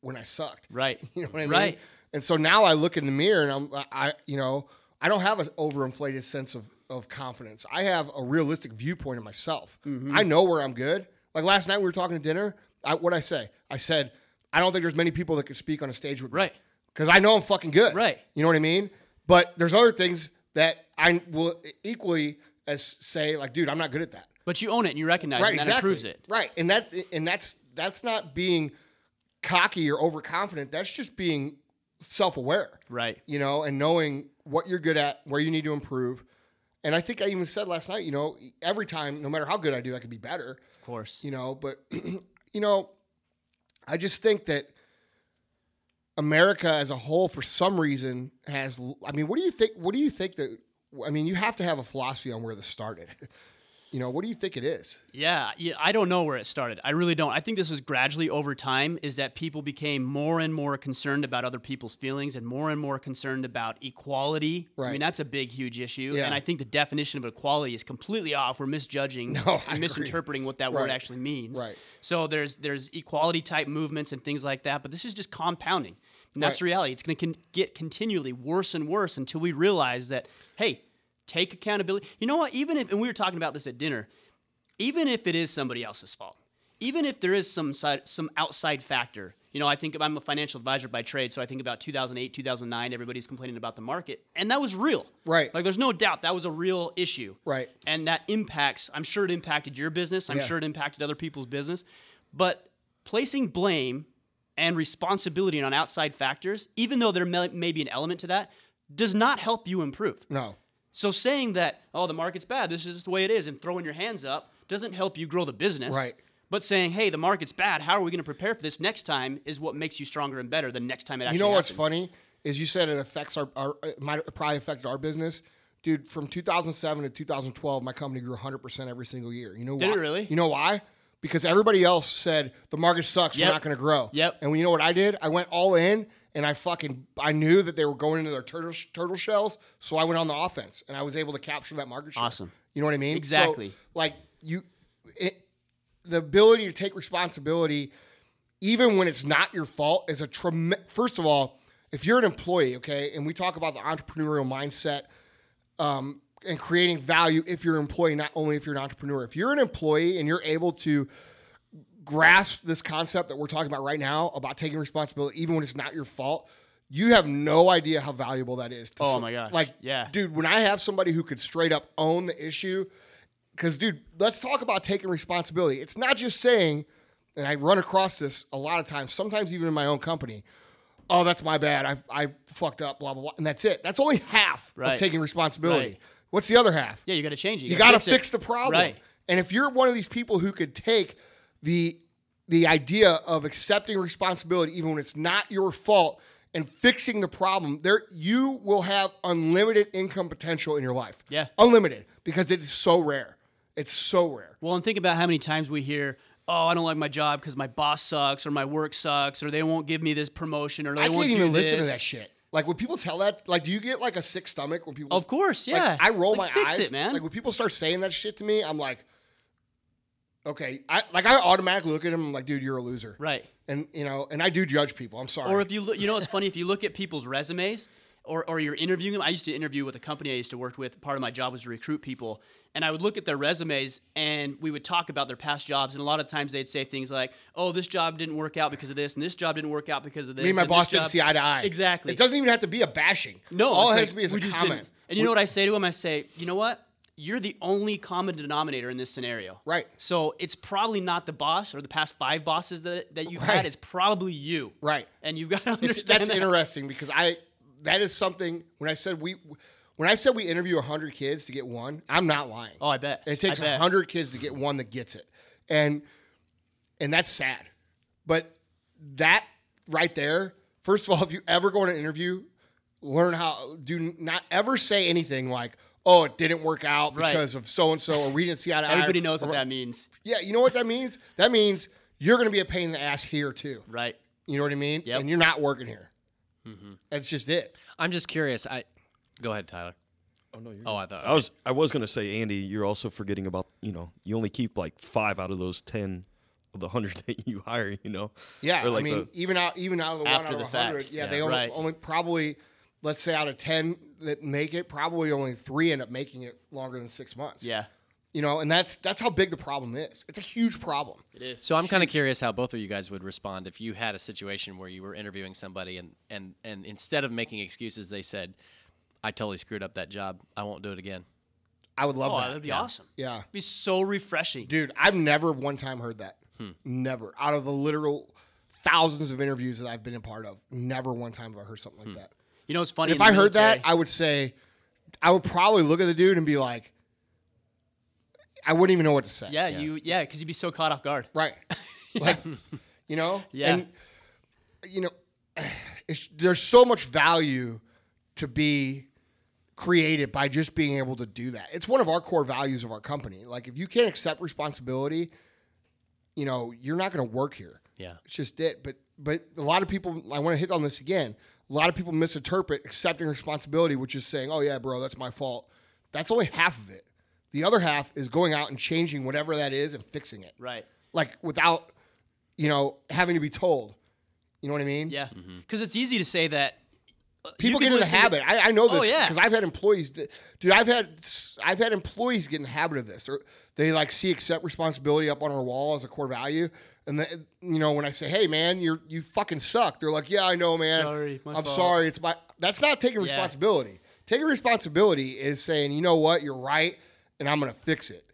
D: when I sucked.
F: Right.
D: You know what I mean?
F: Right.
D: And so now I look in the mirror and I'm, I, you know, I don't have an overinflated sense of, of confidence. I have a realistic viewpoint of myself.
F: Mm-hmm.
D: I know where I'm good. Like last night we were talking at dinner. I, what'd I say? I said, I don't think there's many people that could speak on a stage with me.
F: Right.
D: Because I know I'm fucking good.
F: Right.
D: You know what I mean? But there's other things that I will equally as say, like, dude, I'm not good at that
F: But you own it and you recognize it and that improves it.
D: right and that and that's that's not being cocky or overconfident that's just being self-aware
F: Right.
D: you know and knowing what you're good at where you need to improve and i think i even said last night you know every time no matter how good i do i could be better
F: Of course.
D: you know but you know i just think that america as a whole for some reason has l- i mean what do you think what do you think that i mean you have to have a philosophy on where this started you know what do you think it is
F: Yeah, yeah, I don't know where it started. I really don't. I think this was gradually over time is that people became more and more concerned about other people's feelings and more and more concerned about equality. I
D: Right.
F: mean, that's a big, huge issue.
D: Yeah.
F: And I think the definition of equality is completely off. We're misjudging
D: No, I
F: and
D: agree.
F: misinterpreting what that
D: Right.
F: word actually means.
D: Right.
F: So there's there's equality type movements and things like that, but this is just compounding. And that's the reality. It's going to con- get continually worse and worse until we realize that hey, take accountability. You know what? Even if and we were talking about this at dinner, even if it is somebody else's fault, even if there is some side, some outside factor. You know, I think I'm a financial advisor by trade, so I think about 2008, 2009, everybody's complaining about the market, and that was real.
D: Right.
F: Like there's no doubt that was a real issue.
D: Right.
F: And that impacts, I'm sure it impacted your business, I'm
D: Yeah.
F: sure it impacted other people's business, but placing blame and responsibility on outside factors, even though there may, may be an element to that, does not help you improve.
D: No.
F: So saying that, oh, the market's bad, this is just the way it is, and throwing your hands up doesn't help you grow the business.
D: Right.
F: But saying, hey, the market's bad, how are we going to prepare for this next time is what makes you stronger and better the next time it actually
D: You know what's
F: happens.
D: funny is you said it affects our, our it might it probably affected our business. Dude, from 2007 to 2012, my company grew 100% every single year. You know
F: Did
D: why?
F: it really?
D: You know why? Because everybody else said the market sucks,
F: Yep.
D: we're not going to grow.
F: Yep.
D: And you know what I did? I went all in and I fucking I knew that they were going into their turtle turtle shells, so I went on the offense and I was able to capture that market share.
F: Awesome.
D: You know what I mean? So,
F: Exactly.
D: like you it, the ability to take responsibility even when it's not your fault, is a tremendous. First of all, if you're an employee, okay, and we talk about the entrepreneurial mindset um, and creating value if you're an employee, not only if you're an entrepreneur. If you're an employee and you're able to grasp this concept that we're talking about right now about taking responsibility, even when it's not your fault, you have no idea how valuable that is. To
F: Oh
D: some-
F: my gosh,
D: Like,
F: yeah.
D: dude, when I have somebody who could straight up own the issue, because dude, let's talk about taking responsibility. It's not just saying, and I run across this a lot of times, sometimes even in my own company. Oh, that's my bad. I I fucked up. Blah blah blah. And that's it. That's only half
F: Right.
D: of taking responsibility.
F: Right.
D: What's the other half?
F: Yeah, you got to change it.
D: you got to fix, the problem.
F: Right.
D: And if you're one of these people who could take the the idea of accepting responsibility even when it's not your fault and fixing the problem, there you will have unlimited income potential in your life.
F: Yeah.
D: Unlimited because it is so rare. It's so rare.
F: Well, and think about how many times we hear, "Oh, I don't like my job because my boss sucks, or my work sucks, or they won't give me this promotion, or they
D: I
F: won't
D: can't
F: do
D: even listen to
F: this."
D: that shit. Like when people tell that, like, do you get like a sick stomach when people?
F: Of course,
D: Like,
F: yeah.
D: I roll
F: It's like,
D: my
F: fix
D: eyes,
F: it, man.
D: Like when people start saying that shit to me, I'm like, okay, I like I automatically look at them. I'm like, dude, you're a loser,
F: right.
D: And you know, and I do judge people. I'm sorry.
F: Or if you look, you know what's funny? If you look at people's resumes or, or you're interviewing them, I used to interview with a company I used to work with. Part of my job was to recruit people. And I would look at their resumes and we would talk about their past jobs. And a lot of times they'd say things like, oh, this job didn't work out because of this, and this job didn't work out because of this.
D: me and my
F: this
D: boss didn't
F: job-
D: see eye to eye.
F: Exactly.
D: It doesn't even have to be a bashing.
F: No,
D: all it has
F: it's like,
D: to be is
F: we
D: a
F: just
D: comment.
F: Didn't. And you know what I say to him? I say, you know what? You're the only common denominator in this scenario.
D: Right.
F: So it's probably not the boss or the past five bosses that, that you've
D: Right.
F: had. It's probably you.
D: Right.
F: And you've got to
D: It's-
F: understand
D: that's
F: that.
D: interesting because I that is something when I said we when I said we interview 100 kids to get one, I'm not lying.
F: Oh, I bet.
D: It takes
F: I bet.
D: 100 kids to get one that gets it. And and that's sad. But that right there, first of all, if you ever go on an interview, learn how do not ever say anything like, "Oh, it didn't work out
F: Right.
D: because of so and so," or "We didn't see how to."
F: Everybody knows what that means,
D: Yeah, you know what that means? That means you're going to be a pain in the ass here too.
F: right?
D: You know what I mean?
F: Yep. Mm-hmm.
D: And you're not working here. That's just it.
A: I'm just curious. I go ahead, Tyler. Oh no, you're. Oh, I thought.
E: I was I was gonna say, Andy, you're also forgetting about you know you only keep like five out of those ten of the hundred that you hire. You know,
D: Yeah,
E: Or like
D: I mean,
E: the-
D: even out even out of the one
F: After
D: out of
F: the
D: a hundred,
F: fact.
D: yeah,
F: Yeah,
D: they only,
F: right.
D: only probably, let's say out of ten that make it, probably only three end up making it longer than six months.
F: Yeah.
D: you know, and that's that's how big the problem is. It's a huge problem.
A: So I'm kind of curious how both of you guys would respond if you had a situation where you were interviewing somebody and and and instead of making excuses, they said, "I totally screwed up that job. I won't do it again."
D: I would love
F: Oh,
D: that.
F: that'd be awesome.
D: yeah,
F: It'd be so refreshing.
D: dude, I've never one time heard that.
F: Hmm.
D: Never out of the literal thousands of interviews that I've been a part of, never one time have I heard something like
F: Hmm.
D: that.
F: You know, it's funny.
D: If
F: in
D: I
F: the
D: heard that,
F: military-
D: I would say, I would probably look at the dude and be like, I wouldn't even know what to say.
F: yeah, you, yeah, because you'd be so caught off guard.
D: Right. Like, you know?
F: Yeah.
D: And, you know, it's, there's so much value to be created by just being able to do that. It's one of our core values of our company. Like, if you can't accept responsibility, you know, you're not going to work here.
A: Yeah.
D: It's just it. But, but a lot of people, I want to hit on this again. A lot of people misinterpret accepting responsibility, which is saying, oh, yeah, bro, that's my fault. That's only half of it. The other half is going out and changing whatever that is and fixing it
F: Right.
D: like without you know having to be told you know what i mean
F: Yeah. Because it's easy to say that. uh, you
D: people
F: can
D: get in the
F: listen to-
D: habit I, I know this
F: Oh, yeah.
D: because i've had employees that, dude i've had s- i've had employees get in the habit of this or they like see accept responsibility up on our wall as a core value and then you know when i say hey man you're you fucking suck they're like yeah i know man
F: Sorry, my
D: i'm
F: fault."
D: sorry it's my that's not taking responsibility taking responsibility is saying you know what you're right and i'm gonna fix it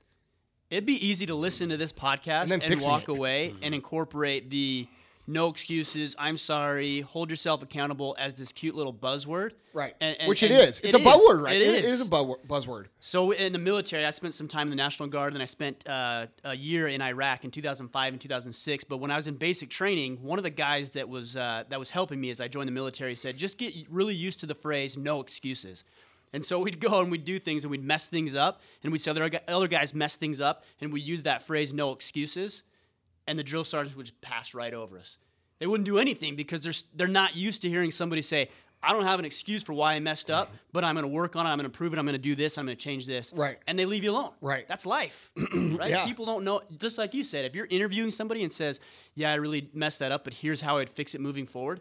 F: It'd be easy to listen to this podcast
D: And then
F: and,
D: fixing
F: walk
D: it.
F: away and incorporate the no excuses, I'm sorry, hold yourself accountable as this cute little buzzword.
D: right
F: And- and-
D: which it
F: and
D: is it's a buzzword right
F: It
D: it
F: is.
D: is a bu- buzzword
F: So in the military, I spent some time in the National Guard, and I spent uh, a year in Iraq in 2005 and 2006. But when I was in basic training, one of the guys that was uh, that was helping me as I joined the military said, "Just get really used to the phrase no excuses." And so we'd go and we'd do things and we'd mess things up, and we'd see other gu- other guys mess things up, and we use that phrase no excuses, and the drill sergeants would just pass right over us. They wouldn't do anything because they're s- they're not used to hearing somebody say. I don't have an excuse for why I messed up, but I'm going to work on it. I'm going to prove it. I'm going to do this. I'm going to change this
D: Right.
F: and they leave you alone.
D: Right.
F: That's life. right?
D: Yeah.
F: People don't know just like you said, if you're interviewing somebody and says, Yeah, I really messed that up, but here's how I'd fix it moving forward,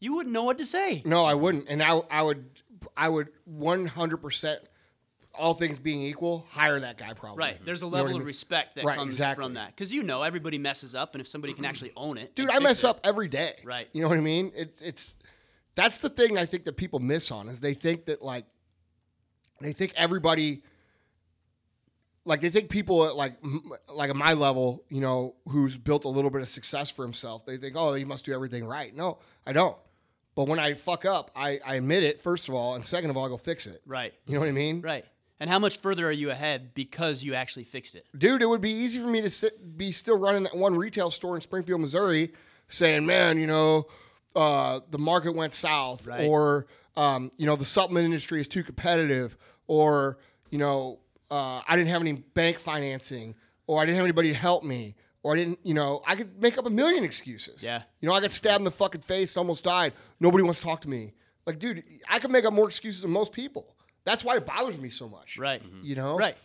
F: you wouldn't know what to say.
D: No, I wouldn't. And I I would I would one hundred percent all things being equal, hire that guy probably.
F: Right. There's a
D: You know what
F: level
D: I
F: of
D: mean?
F: respect that
D: Right,
F: comes
D: exactly.
F: from that. Because you know everybody messes up and if somebody can actually own it.
D: Dude,
F: and
D: I
F: fix
D: mess
F: it-
D: up every day.
F: Right.
D: You know what I mean? It, it's that's the thing I think that people miss on is they think that like they think everybody like they think people at like m- like at my level, you know, who's built a little bit of success for himself, they think, oh, he must do everything right. No, I don't. But when I fuck up, I, I admit it first of all, and second of all, I go fix it.
F: Right.
D: You know what I mean?
F: Right. And how much further are you ahead because you actually fixed it?
D: dude, it would be easy for me to sit, be still running that one retail store in Springfield, Missouri, saying, "Man, you know, uh, the market went south,"
F: Right.
D: or um, you know, the supplement industry is too competitive, or you know, uh, I didn't have any bank financing, or I didn't have anybody to help me, or I didn't, you know, I could make up a million excuses.
F: Yeah.
D: you know, I got stabbed in the fucking face and almost died. Nobody wants to talk to me. Like, dude, I could make up more excuses than most people. That's why it bothers me so much.
F: Right.
D: You know.
F: Right.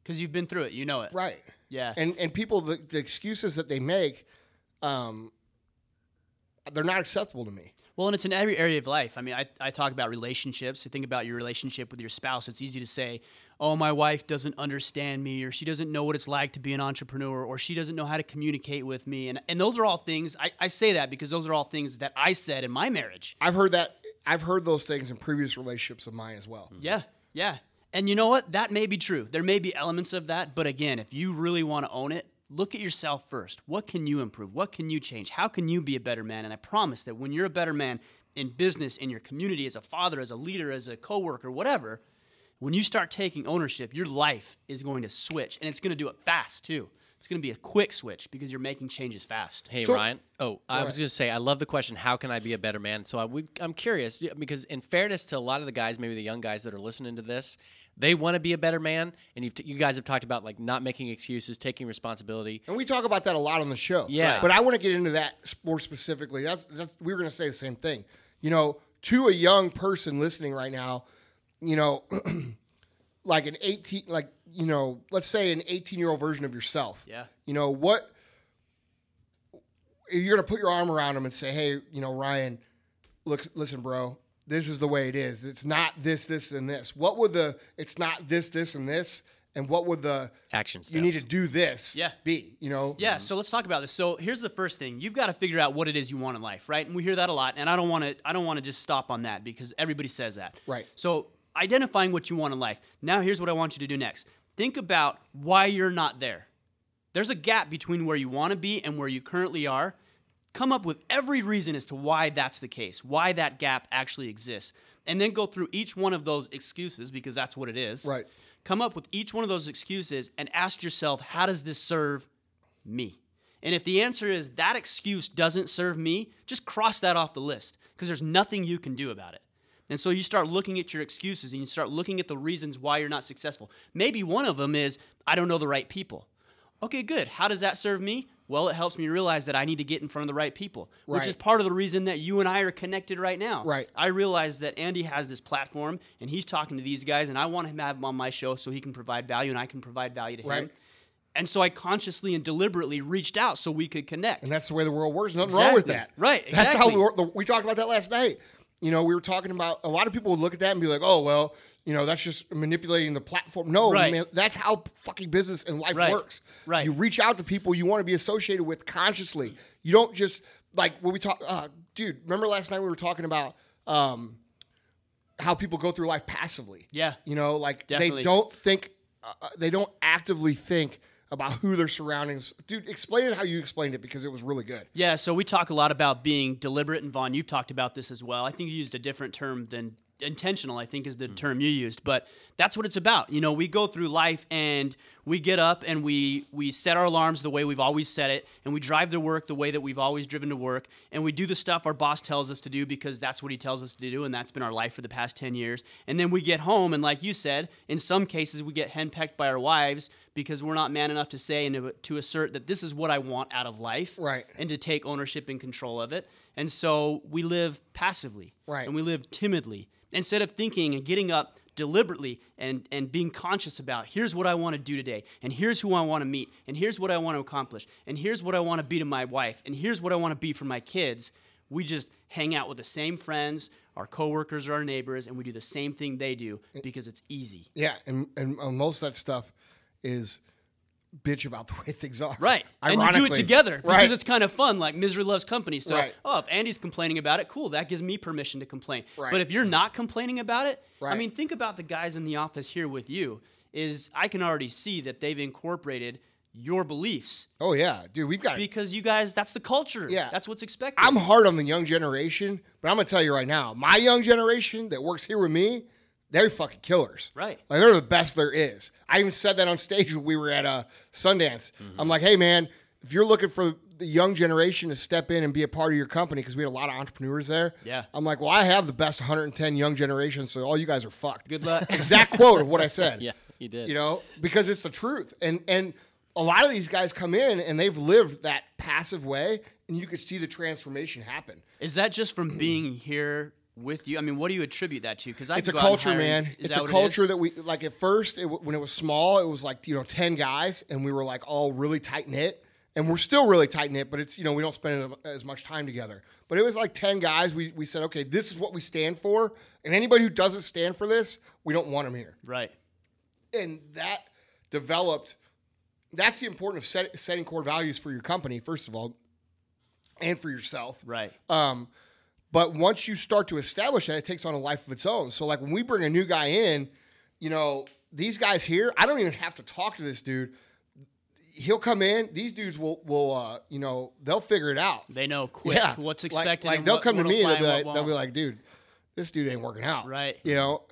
F: Because you've been through it. You know it.
D: Mm-hmm. Right.
F: Yeah.
D: And and people the, the excuses that they make, um, they're not acceptable to me.
F: Well, and it's in every area of life. I mean, I, I talk about relationships. I think about your relationship with your spouse. It's easy to say, oh, my wife doesn't understand me, or she doesn't know what it's like to be an entrepreneur, or she doesn't know how to communicate with me. And, and those are all things, I, I say that because those are all things that I said in my marriage.
D: I've heard that. I've heard those things in previous relationships of mine as well.
F: Yeah, yeah. And you know what? That may be true. There may be elements of that. But again, if you really want to own it, look at yourself first. What can you improve? What can you change? How can you be a better man? And I promise that when you're a better man in business, in your community, as a father, as a leader, as a coworker, whatever, when you start taking ownership, your life is going to switch and it's going to do it fast too. It's going to be a quick switch because you're making changes fast.
A: Hey
D: So-
A: Ryan. Oh, I was going to say I love the question. How can I be a better man? So I would. I'm curious yeah, because, in fairness to a lot of the guys, maybe the young guys that are listening to this, they want to be a better man. And you've t- you guys have talked about like not making excuses, taking responsibility.
D: And we talk about that a lot on the show.
A: Yeah.
D: But I want to get into that more specifically. That's, that's we were going to say the same thing. You know, to a young person listening right now, you know, like an 18 like, you know, let's say an 18-year-old version of yourself.
F: Yeah.
D: You know, what if you're going to put your arm around him and say, "Hey, you know, Ryan, look listen, bro, this is the way it is. It's not this this and this." What would the it's not this this and this and what would the
A: Action steps.
D: you need to do this
F: Yeah.
D: be you know
F: Yeah, so let's talk about this. So here's the first thing: you've got to figure out what it is you want in life, right? And we hear that a lot, and I don't want to. I don't want to just stop on that because everybody says that.
D: Right.
F: So identifying what you want in life. Now here's what I want you to do next: think about why you're not there. There's a gap between where you want to be and where you currently are. Come up with every reason as to why that's the case, why that gap actually exists, and then go through each one of those excuses because that's what it is.
D: Right.
F: Come up with each one of those excuses and ask yourself, how does this serve me? And if the answer is that excuse doesn't serve me, just cross that off the list because there's nothing you can do about it. And so you start looking at your excuses and you start looking at the reasons why you're not successful. Maybe one of them is, I don't know the right people. Okay, good. How does that serve me? Well, it helps me realize that I need to get in front of the right people, which is
D: Right.
F: part of the reason that you and I are connected right now.
D: Right.
F: I realize that Andy has this platform and he's talking to these guys, and I want him to have him on my show so he can provide value and I can provide value to him.
D: Right.
F: And so I consciously and deliberately reached out so we could connect.
D: and that's the way the world works nothing wrong with that
F: Exactly. Right,
D: that's how
F: exactly.
D: we, wor- the, we talked about that last night you know we were talking about a lot of people would look at that and be like oh well you know that's just manipulating the platform no
F: Right.
D: man that's how fucking business and life
F: Right.
D: works
F: Right.
D: you reach out to people you want to be associated with consciously you don't just like when we talk uh, dude remember last night we were talking about um, how people go through life passively
F: Yeah.
D: you know like
F: Definitely.
D: they don't think uh, uh, they don't actively think about who their surroundings dude explain it how you explained it because it was really good
F: Yeah, so we talk a lot about being deliberate, and Vaughn, you've talked about this as well. I think you used a different term than intentional, I think is the term you used, but that's what it's about. You know, we go through life and we get up and we we set our alarms the way we've always set it, and we drive to work the way that we've always driven to work, and we do the stuff our boss tells us to do because that's what he tells us to do, and that's been our life for the past 10 years. And then we get home, and like you said, in some cases, we get henpecked by our wives because we're not man enough to say and to assert that this is what I want out of life
D: Right.
F: and to take ownership and control of it. And so we live passively,
D: Right.
F: And we live timidly instead of thinking and getting up deliberately and and being conscious about here's what I want to do today, and here's who I want to meet, and here's what I want to accomplish, and here's what I want to be to my wife, and here's what I want to be for my kids. We just hang out with the same friends, our coworkers, or our neighbors, and we do the same thing they do because it's easy.
D: Yeah, and, and uh, most of that stuff is bitch about the way things are.
F: Right. And you do it
D: Ironically.
F: together because
D: Right.
F: it's kind of fun, like misery loves company. So,
D: Right.
F: oh, if Andy's complaining about it, cool, that gives me permission to complain.
D: Right.
F: But if you're not complaining about it, I
D: Right.
F: mean, think about the guys in the office here with you is I can already see that they've incorporated your beliefs
D: oh yeah, dude, we've got.
F: because you guys that's the culture.
D: Yeah.
F: That's what's expected.
D: I'm hard on the young generation, but I'm gonna tell you right now, my young generation that works here with me, they're fucking killers.
F: Right.
D: Like they're the best there is. I even said that on stage when we were at uh, Sundance.
F: Mm-hmm.
D: I'm like, hey man, if you're looking for the young generation to step in and be a part of your company, because we had a lot of entrepreneurs there.
F: Yeah.
D: I'm like, well, I have the best 110 young generation, so all you guys are fucked.
F: Good luck.
D: Exact quote of what I said.
A: Yeah, you did.
D: You know, because it's the truth. And and a lot of these guys come in and they've lived that passive way, and you could see the transformation happen.
F: Is that just from being here with you? I mean, what do you attribute that to? Because
D: it's a culture, man. It's a culture that we like. At first, it, w- when it was small, it was like you know ten guys, and we were like all really tight knit, and we're still really tight knit. But it's you know we don't spend as much time together. But it was like ten guys. We we said okay, this is what we stand for, and anybody who doesn't stand for this, we don't want them here.
F: right.
D: And that developed. That's the importance of set, setting core values for your company, first of all, and for yourself.
F: Right.
D: Um, but once you start to establish that, it takes on a life of its own. So, like when we bring a new guy in, you know, these guys here, I don't even have to talk to this dude. He'll come in. These dudes will, will, uh, you know, they'll figure it out.
F: they know quick
D: Yeah.
F: what's
D: Like-
F: expected.
D: Like,
F: and
D: they'll
F: what-
D: come to
F: what'll
D: me and
F: fly
D: they'll be
F: what
D: like, they'll be
F: won't.
D: like, dude, this dude ain't working out.
F: Right.
D: You know,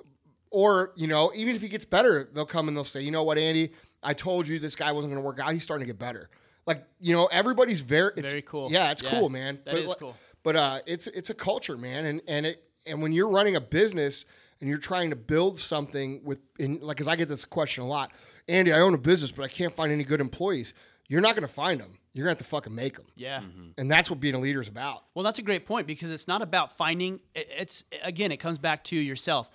D: or you know, even if he gets better, they'll come and they'll say, you know what, Andy, I told you this guy wasn't going to work out. He's starting to get better. Like you know, everybody's very it's,
F: Very cool.
D: Yeah, it's
F: Yeah,
D: cool, man.
F: that
D: but,
F: is
D: like-
F: cool.
D: But uh, it's it's a culture, man, and and it and when you're running a business and you're trying to build something with, in, like, because I get this question a lot, Andy, I own a business, but I can't find any good employees. You're not going to find them. You're going to have to fucking make them.
F: yeah.
D: And that's what being a leader is about.
F: Well, that's a great point because it's not about finding. i- It's again, it comes back to yourself.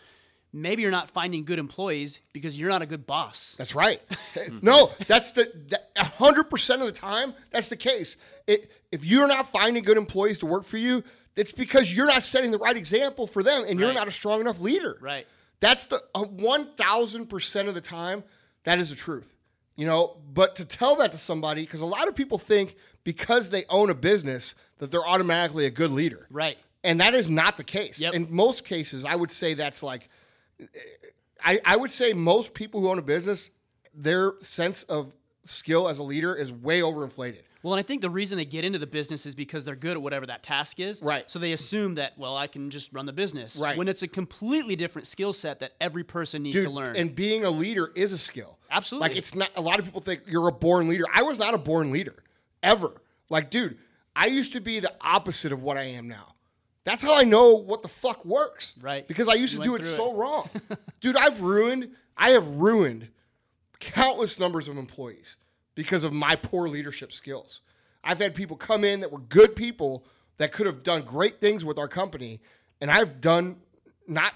F: Maybe you're not finding good employees because you're not a good boss.
D: That's right. no, that's the hundred percent of the time. That's the case. It, if you're not finding good employees to work for you, it's because you're not setting the right example for them, and you're
F: Right.
D: not a strong enough leader.
F: Right.
D: That's the one thousand percent of the time. That is the truth. You know, but to tell that to somebody, because a lot of people think because they own a business that they're automatically a good leader.
F: Right.
D: And that is not the case.
F: Yep.
D: In most cases, I would say that's like, I, I would say most people who own a business, their sense of skill as a leader is way overinflated.
F: Well, and I think the reason they get into the business is because they're good at whatever that task is.
D: Right.
F: So they assume that, well, I can just run the business.
D: Right.
F: When it's a completely different skill set that every person needs to learn.
D: And being a leader is a skill.
F: Absolutely.
D: Like it's not a lot of people think you're a born leader. I was not a born leader ever. Like, dude, I used to be the opposite of what I am now. That's how I know what the fuck works.
F: Right.
D: Because I used
F: You
D: to do it
F: went through
D: so wrong. dude, I've ruined I have ruined countless numbers of employees because of my poor leadership skills. I've had people come in that were good people that could have done great things with our company, and I've done not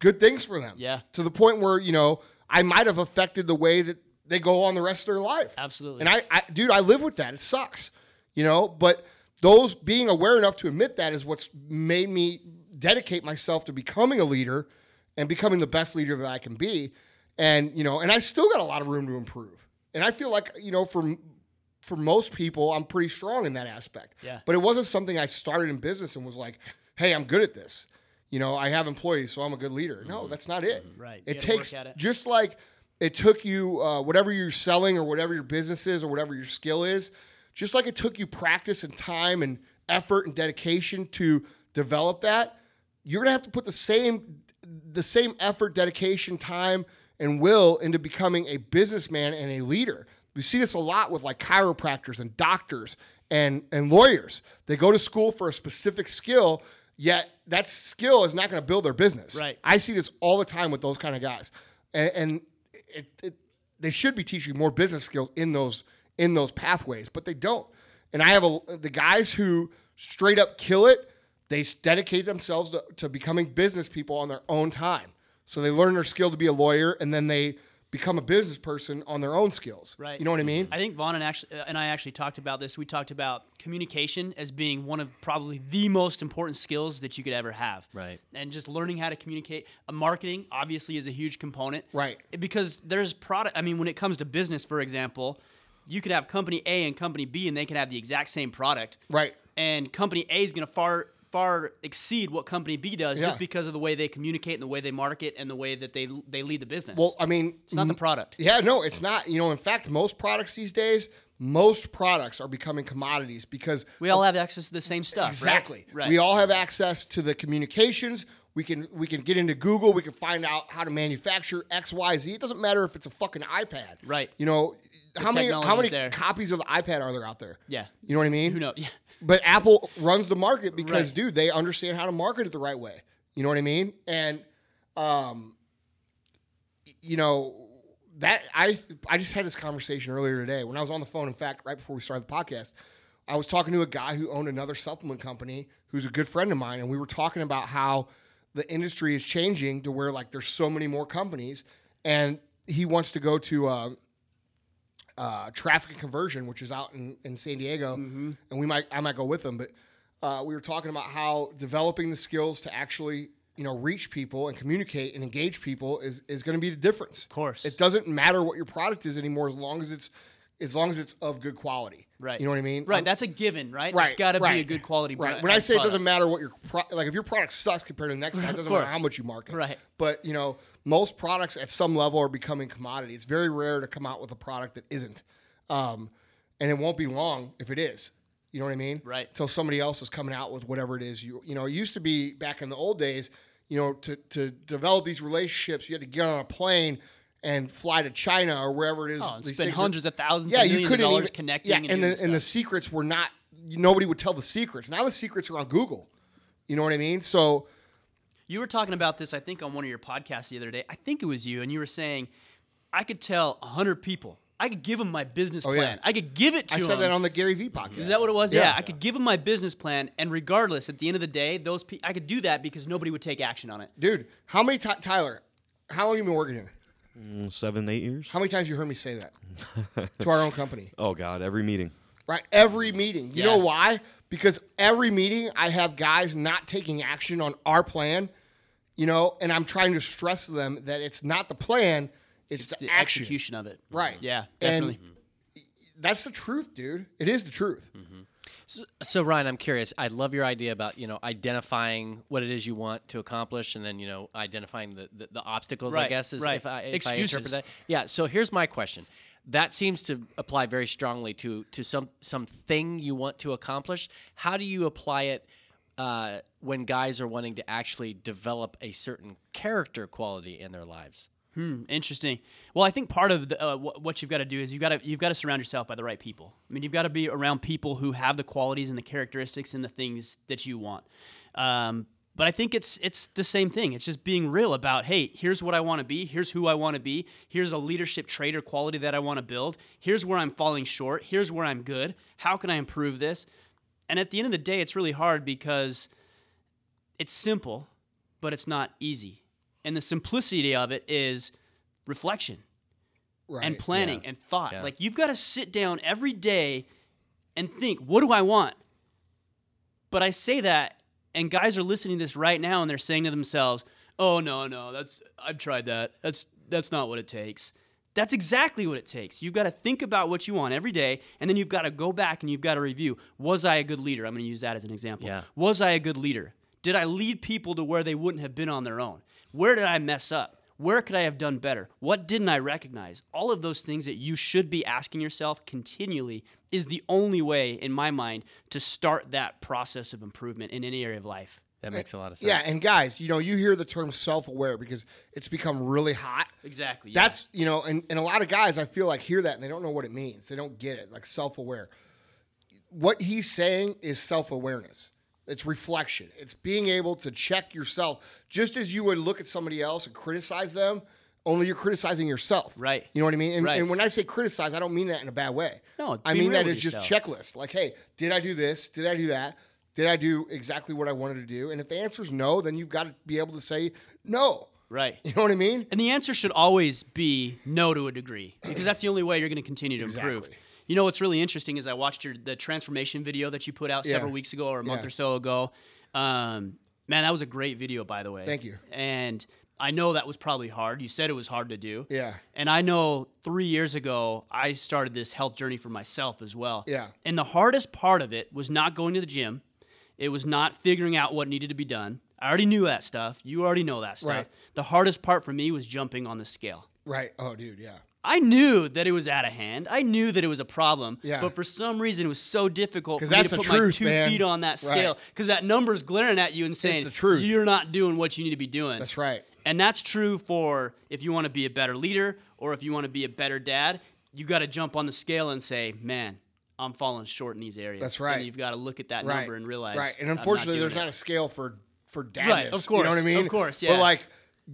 D: good things for them.
F: Yeah.
D: To the point where, you know, I might have affected the way that they go on the rest of their life.
F: Absolutely.
D: And I, I dude, I live with that. It sucks. You know, but those being aware enough to admit that is what's made me dedicate myself to becoming a leader and becoming the best leader that I can be. And, you know, and I still got a lot of room to improve. And I feel like, you know, for for most people, I'm pretty strong in that aspect.
F: Yeah.
D: But it wasn't something I started in business and was like, hey, I'm good at this. You know, I have employees, so I'm a good leader. No, that's not it.
F: Mm-hmm. Right. You
D: It
F: gotta work
D: takes
F: at it.
D: just like it took you uh, whatever you're selling or whatever your business is or whatever your skill is, just like it took you practice and time and effort and dedication to develop that, you're gonna have to put the same the same effort, dedication, time, and will into becoming a businessman and a leader. We see this a lot with like chiropractors and doctors and and lawyers. They go to school for a specific skill, yet that skill is not going to build their business.
F: Right.
D: I see this all the time with those kind of guys, and, and it, it, they should be teaching more business skills in those in those pathways, but they don't. And I have a, the guys who straight up kill it. They s- dedicate themselves to, to becoming business people on their own time. So they learn their skill to be a lawyer, and then they become a business person on their own skills.
F: Right.
D: You know what I mean?
F: I think Vaughn and, actually, uh, and I actually talked about this. We talked about communication as being one of probably the most important skills that you could ever have.
A: Right.
F: And just learning how to communicate. Uh, Marketing obviously is a huge component.
D: Right.
F: Because there's product. I mean, when it comes to business, for example, you could have company A and company B, and they can have the exact same product.
D: Right.
F: And company A is going to far far exceed what company B does
D: Yeah.
F: just because of the way they communicate and the way they market and the way that they they lead the business.
D: Well, I mean,
F: it's not the product.
D: Yeah, no, it's not. You know, in fact, most products these days, most products are becoming commodities because
F: We all have access to the same stuff. right?
D: Oh. exactly
F: Right.
D: we all have access to the communications. We can we can get into Google. We can find out how to manufacture X Y Z. It doesn't matter if it's a fucking iPad,
F: Right.
D: You know how many how
F: technology's
D: many
F: there.
D: copies of the iPad are there out there?
F: Yeah.
D: you know what I mean.
F: Who knows? Yeah.
D: But Apple runs the market because,
F: Right.
D: dude, they understand how to market it the right way. You know what I mean? And, um, y- you know that I I just had this conversation earlier today when I was on the phone. In fact, right before we started the podcast, I was talking to a guy who owned another supplement company who's a good friend of mine, and we were talking about how the industry is changing to where like there's so many more companies, and he wants to go to. Uh, uh, traffic and conversion, which is out in, in San Diego, and we might I might go with them. But uh, we were talking about how developing the skills to actually you know reach people and communicate and engage people is is going to be the difference. Of
F: course.
D: it doesn't matter what your product is anymore as long as it's as long as it's of good quality.
F: Right.
D: You know what I mean?
F: Right.
D: Um,
F: That's a given, right?
D: right.
F: It's got to
D: right,
F: be a good quality
D: Right.
F: bro-
D: When I say it
F: product.
D: doesn't matter what your pro- like if your product sucks compared to the next guy, it doesn't matter
F: course.
D: how much you market.
F: Right.
D: But you know, most products at some level are becoming commodity. It's very rare to come out with a product that isn't, um, and it won't be long if it is. You know what I mean?
F: Right.
D: Till somebody else is coming out with whatever it is. You you know, it used to be back in the old days. You know, to to develop these relationships, you had to get on a plane and fly to China or wherever it is.
F: Oh, and
D: these
F: spend
D: things are-
F: hundreds of thousands,
D: yeah,
F: of
D: you
F: millions
D: couldn't
F: of dollars
D: even,
F: connecting.
D: Yeah,
F: and,
D: and,
F: doing
D: the, and the
F: stuff.
D: secrets were not. Nobody would tell the secrets. Now the secrets are on Google. You know what I mean? So
F: you were talking about this, I think, on one of your podcasts the other day. I think it was you, and you were saying, I could tell hundred people. I could give them my business
D: Oh, yeah.
F: plan. I could give it to
D: I
F: them.
D: said that on the Gary Vee podcast.
F: Is that what it was? Yeah. I could give them my business plan, and regardless, at the end of the day, those pe- I could do that because nobody would take action on it.
D: dude. How many ti Tyler? How long have you been working here?
E: Mm, Seven, eight years.
D: How many times you heard me say that to our own company?
E: Oh God, every meeting.
D: Right, every meeting. You know
F: Yeah.
D: why? Because every meeting I have guys not taking action on our plan. You know, and I'm trying to stress to them that it's not the plan; it's,
F: It's
D: the,
F: the
D: action.
F: execution of it.
D: Right.
F: Yeah.
D: And-
F: Definitely.
D: That's the truth, dude. It is the truth.
A: So Ryan, I'm curious. I love your idea about you know identifying what it is you want to accomplish, and then you know identifying the the, the obstacles. I
F: Right,
A: guess is
F: right.
A: if I if I
F: Excuses.
A: interpret that. Yeah. So here's my question. That seems to apply very strongly to to some something you want to accomplish. How do you apply it uh, when guys are wanting to actually develop a certain character quality in their lives?
F: Interesting. Well, I think part of the, uh, wh- what you've got to do is you've got to you've got to surround yourself by the right people. I mean, you've got to be around people who have the qualities and the characteristics and the things that you want. Um, but I think it's it's the same thing. It's just being real about hey, here's what I want to be. Here's who I want to be. Here's a leadership trait or quality that I want to build. Here's where I'm falling short. Here's where I'm good. How can I improve this? And at the end of the day, it's really hard because it's simple, but it's not easy. And the simplicity of it is reflection
D: Right.
F: and planning and thought. Like you've got to sit down every day and think, what do I want? But I say that, and guys are listening to this right now, and they're saying to themselves, "Oh no, no, that's I've tried that. That's that's not what it takes." That's exactly what it takes. You've got to think about what you want every day, and then you've got to go back and you've got to review. Was I a good leader? I'm going to use that as an example.
A: Yeah.
F: Was I a good leader? Did I lead people to where they wouldn't have been on their own? Where did I mess up? Where could I have done better? What didn't I recognize? All of those things that you should be asking yourself continually is the only way, in my mind, to start that process of improvement in any area of life.
A: That makes a lot of sense.
D: Uh, Yeah, and guys, you know, you hear the term self-aware because it's become really hot.
F: Exactly.
D: That's you know, and, and a lot of guys I feel like hear that and they don't know what it means. They don't get it, like self-aware. What he's saying is self-awareness. It's reflection. It's being able to check yourself, just as you would look at somebody else and criticize them. Only you're criticizing yourself,
F: Right.
D: You know what I mean. And,
F: Right.
D: and when I say criticize, I don't mean that in a bad way.
F: No,
D: I
F: be
D: mean
F: real
D: that
F: with
D: it's just
F: yourself.
D: check checklist. Like, hey, did I do this? Did I do that? Did I do exactly what I wanted to do? And if the answer is no, then you've got to be able to say no.
F: right.
D: You know what I mean?
F: And the answer should always be no to a degree because that's the only way you're going to continue to improve.
D: Exactly.
F: You know what's really interesting is I watched your the transformation video that you put out several
D: Yeah.
F: weeks ago or a month
D: Yeah.
F: or so ago. Um, man, that was a great video, by the way.
D: Thank you.
F: And I know that was probably hard. You said it was hard to do.
D: Yeah.
F: And I know three years ago, I started this health journey for myself as well.
D: Yeah.
F: And the hardest part of it was not going to the gym, it was not figuring out what needed to be done. I already knew that stuff. You already know that stuff.
D: Right.
F: The hardest part for me was jumping on the scale.
D: Right. Oh, dude. Yeah.
F: I knew that it was out of hand. I knew that it was a problem.
D: Yeah.
F: But for some reason, it was so difficult for
D: 'Cause
F: me
D: that's
F: to
D: the
F: put my
D: truth,
F: two
D: man.
F: feet on that scale
D: Right.
F: because that number's glaring at you and saying
D: the truth.
F: you're not doing what you need to be doing.
D: That's right.
F: And that's true for if you want to be a better leader or if you want to be a better dad, you got to jump on the scale and say, man. I'm falling short in these areas.
D: That's right.
F: And you've got to look at that
D: right.
F: number and realize.
D: Right. And
F: I'm not
D: unfortunately,
F: doing
D: there's
F: it.
D: not a scale for for dadness.
F: Right, of
D: You know what I
F: course,
D: mean?
F: of course,
D: But
F: yeah.
D: like,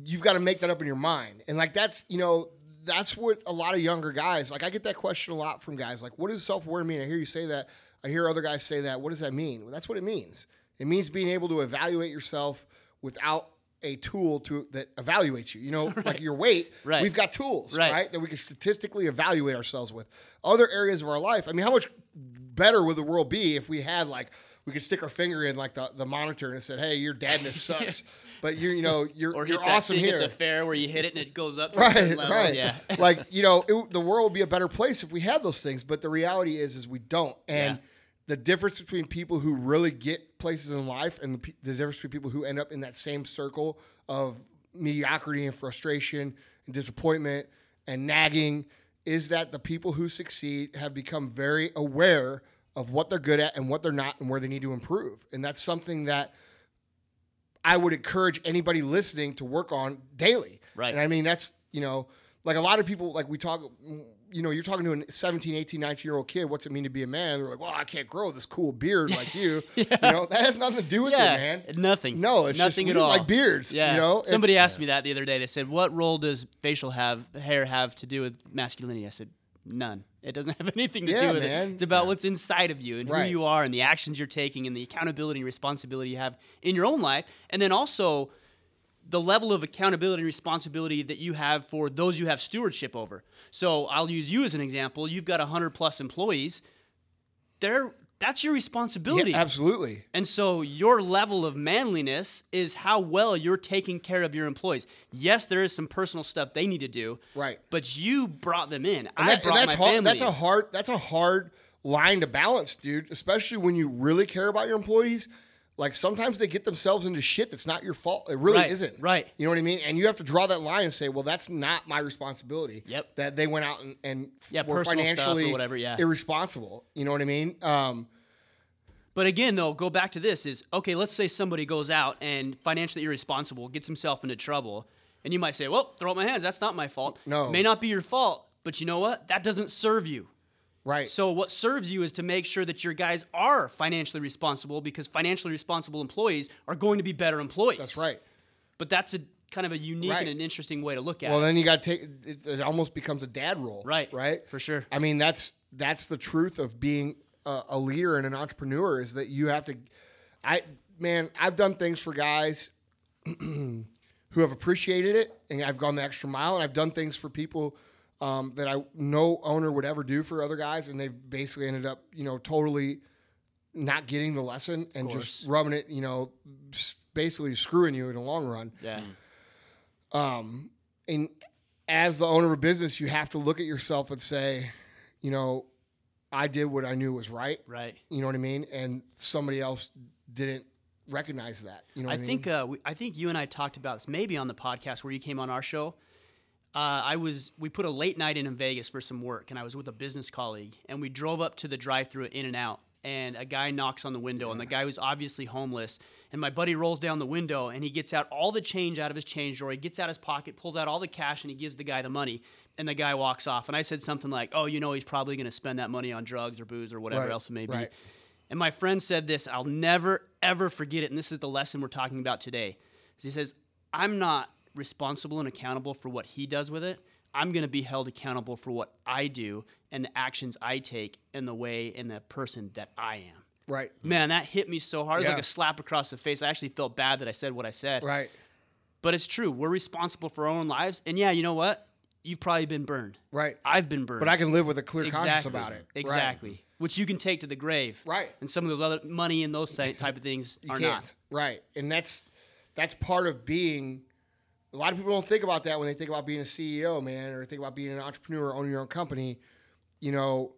D: you've got to make that up in your mind. And like, that's you know, that's what a lot of younger guys like. I get that question a lot from guys. Like, what does self aware mean? I hear you say that. I hear other guys say that. What does that mean? Well, that's what it means. It means being able to evaluate yourself without a tool to that evaluates you. You know, like your weight.
F: Right.
D: We've got tools,
F: Right.
D: right? That we can statistically evaluate ourselves with. Other areas of our life. I mean, how much better would the world be if we had like we could stick our finger in like the, the monitor and it said, "Hey, your dadness sucks, but you you know you're
F: or hit
D: you're
F: that
D: awesome
F: thing
D: here."
F: at the fair where you hit it and it goes up to a
D: right,
F: certain level.
D: right.
F: Yeah.
D: like you know, it, the world would be a better place if we had those things. But the reality is, is we don't. And
F: Yeah.
D: the difference between people who really get places in life and the, pe- the difference between people who end up in that same circle of mediocrity and frustration and disappointment and nagging is that the people who succeed have become very aware of what they're good at and what they're not and where they need to improve. And that's something that I would encourage anybody listening to work on daily.
F: Right.
D: And I mean, that's, you know, like a lot of people, like we talk, you know, you're talking to a 17, 18, 19 year old kid, what's it mean to be a man? They're like, well, I can't grow this cool beard like you. You know, that has nothing to do with
F: Yeah,
D: it, man.
F: nothing.
D: No, it's just,
F: nothing at
D: we just
F: all.
D: like beards.
F: Yeah.
D: You know, It's-
F: somebody asked me that the other day. They said, "What role does facial have hair have to do with masculinity?" I said, "None. It doesn't have anything to
D: Yeah,
F: do with
D: man.
F: it. It's about what's inside of you and
D: Right.
F: who you are and the actions you're taking and the accountability and responsibility you have in your own life, and then also." the level of accountability and responsibility that you have for those you have stewardship over. So I'll use you as an example. You've got 100 plus employees. They're, that's your responsibility.
D: Yeah, absolutely.
F: And so your level of manliness is how well you're taking care of your employees. Yes, there is some personal stuff they need to do.
D: Right.
F: But you brought them in. I
D: And that- and
F: brought
D: that's
F: my
D: hard,
F: family.
D: That's
F: in.
D: a hard. That's a hard line to balance, dude. Especially when you really care about your employees. Like sometimes they get themselves into shit that's not your fault. It really
F: Right,
D: isn't.
F: right.
D: You know what I mean? And you have to draw that line and say, well, that's not my responsibility.
F: Yep.
D: That they went out and, and
F: Yeah,
D: were
F: personal stuff or
D: financially
F: whatever, yeah.
D: irresponsible. You know what I mean? Um,
F: But again, though, go back to this is okay, let's say somebody goes out and financially irresponsible, gets himself into trouble, and you might say, Well, throw up my hands, that's not my fault.
D: No.
F: May not be your fault, but you know what? That doesn't serve you.
D: right.
F: So what serves you is to make sure that your guys are financially responsible because financially responsible employees are going to be better employees.
D: that's right.
F: But that's a kind of a unique
D: Right.
F: and an interesting way to look at
D: Well,
F: it.
D: then you got to take it, it almost becomes a dad role,
F: Right,
D: Right,
F: for sure.
D: I mean, that's that's the truth of being a, a leader and an entrepreneur is that you have to. I man, I've done things for guys who have appreciated it, and I've gone the extra mile, and I've done things for people um, that I no owner would ever do for other guys, and they've basically ended up, you know, totally not getting the lesson and just rubbing it, you know, s- basically screwing you in the long run
F: Yeah.
D: and as the owner of a business, you have to look at yourself and say, you know, I did what I knew was right.
F: Right.
D: You know what I mean? And somebody else didn't recognize that. You know what
F: I
D: I, mean?
F: think uh, we, I think you and I talked about this maybe on the podcast where you came on our show. Uh, I was we put a late night in in Vegas for some work, and I was with a business colleague, and we drove up to the drive-through at In and Out, and a guy knocks on the window, and the guy was obviously homeless, and my buddy rolls down the window, and he gets out all the change out of his change drawer, he gets out his pocket, pulls out all the cash, and he gives the guy the money, and the guy walks off, and I said something like, "Oh, you know, he's probably going to spend that money on drugs or booze or whatever
D: Right,
F: else it may be."
D: right.
F: And my friend said this, I'll never, ever forget it. And this is the lesson we're talking about today. Is he says, I'm not responsible and accountable for what he does with it. I'm going to be held accountable for what I do and the actions I take and the way and the person that I am.
D: right.
F: Man, that hit me so hard. It was
D: Yeah.
F: like a slap across the face. I actually felt bad that I said what I said.
D: Right.
F: But it's true. We're responsible for our own lives. And yeah, you know what? You've probably been burned.
D: Right.
F: I've been burned
D: But I can live with a clear conscience
F: exactly.
D: about it. Right.
F: Exactly. Which you can take to the grave.
D: Right.
F: And some of those other money and those ty- type of things
D: You
F: are
D: can't.
F: not.
D: Right. And that's that's part of being a lot of people don't think about that when they think about being a CEO, man, or think about being an entrepreneur, owning your own company. You know,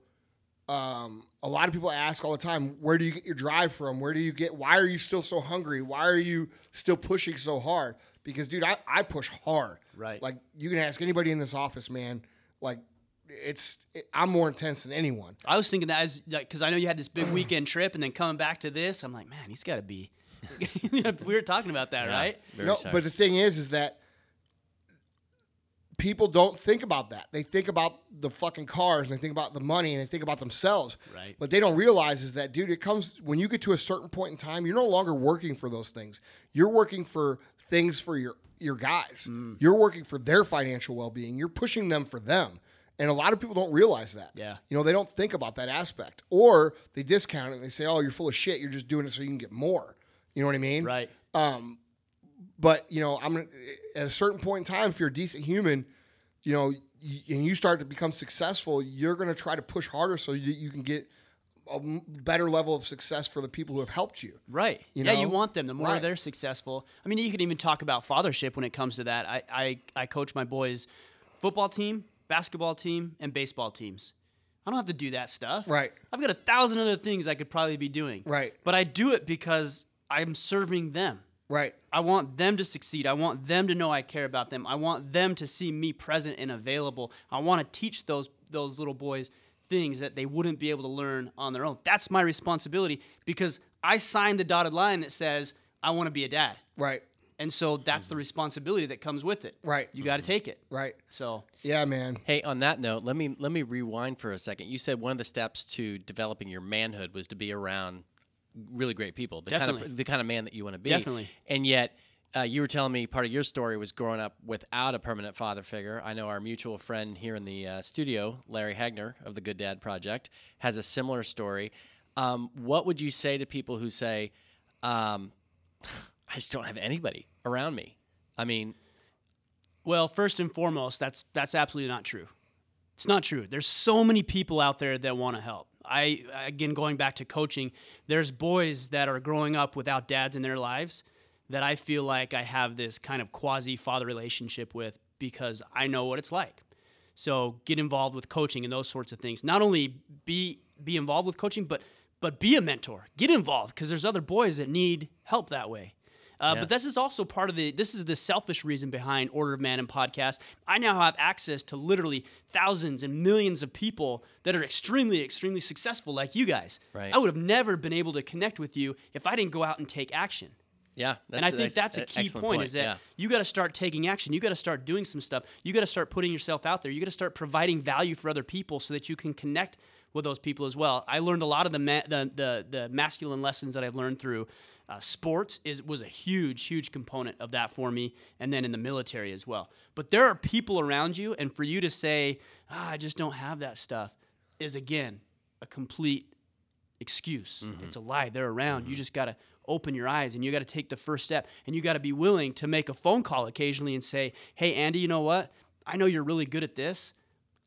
D: um, a lot of people ask all the time, where do you get your drive from? Where do you get why are you still so hungry? Why are you still pushing so hard? Because dude, I, I push hard.
F: Right.
D: Like you can ask anybody in this office, man. Like it's it, I'm more intense than anyone.
F: I was thinking that as like because I know you had this big weekend trip and then coming back to this, I'm like, man, he's got to be. we were talking about that, right?
A: Very
D: no,
A: tired.
D: but the thing is, is that people don't think about that. They think about the fucking cars and they think about the money and they think about themselves.
F: Right.
D: What they don't realize is that, dude, it comes when you get to a certain point in time, you're no longer working for those things. You're working for things for your your guys.
F: Mm.
D: You're working for their financial well being. You're pushing them for them. And a lot of people don't realize that.
F: Yeah.
D: You know, they don't think about that aspect. Or they discount it and they say, Oh, you're full of shit. You're just doing it so you can get more. You know what I mean?
F: Right.
D: but you know i'm gonna- at a certain point in time if you're a decent human you know you, and you start to become successful you're going to try to push harder so you, you can get a m- better level of success for the people who have helped you
F: Right.
D: You
F: yeah,
D: know?
F: you want them. The more
D: Right.
F: they're successful. I mean, you could even talk about fathership when it comes to that. I, I, I coach my boys' football team, basketball team, and baseball teams. I don't have to do that stuff.
D: Right.
F: I've got a thousand other things I could probably be doing.
D: Right.
F: But I do it because I'm serving them.
D: right
F: I want them to succeed. I want them to know I care about them. I want them to see me present and available. I want to teach those those little boys things that they wouldn't be able to learn on their own. That's my responsibility because I signed the dotted line that says I want to be a dad.
D: right
F: And so that's the responsibility that comes with it.
D: Mm-hmm. Right. Mm-hmm.
F: You got to take it.
D: right
F: So,
D: yeah man
A: Hey, on that note, let me let me rewind for a second. You said one of the steps to developing your manhood was to be around really great people, the kind
F: Definitely.
A: of the kind of man that you want to be.
F: Definitely.
A: And yet, uh, you were telling me part of your story was growing up without a permanent father figure. I know our mutual friend here in the uh, studio, Larry Hagner of the Good Dad Project, has a similar story. Um, what would you say to people who say, um, "I just don't have anybody around me"? I mean,
F: well, first and foremost, that's that's absolutely not true. It's not true. There's so many people out there that want to help. I again going back to coaching, there's boys that are growing up without dads in their lives that I feel like I have this kind of quasi father relationship with because I know what it's like. So get involved with coaching and those sorts of things. Not only be be involved with coaching, but but be a mentor. Get involved because there's other boys that need help that way. Uh, But this is also part of the this is the selfish reason behind Order of Man and podcast. I now have access to literally thousands and millions of people that are extremely extremely successful like you guys.
A: Right.
F: I would have never been able to connect with you if I didn't go out and take action
A: yeah, that's, e-,
F: and I think that's, a key
A: excellent
F: point, is that
A: yeah.
F: you got to start taking action. You got to start doing some stuff. You got to start putting yourself out there. You got to start providing value for other people so that you can connect with those people as well. I learned a lot of the ma- the, the the masculine lessons that I've learned through uh, sports is was a huge huge component of that for me, and then in the military as well. But there are people around you, and for you to say, ah, "I just don't have that stuff," is again a complete excuse. It's a lie. They're around. You just got to open your eyes and you got to take the first step and you got to be willing to make a phone call occasionally and say, "Hey Andy, you know what? I know you're really good at this.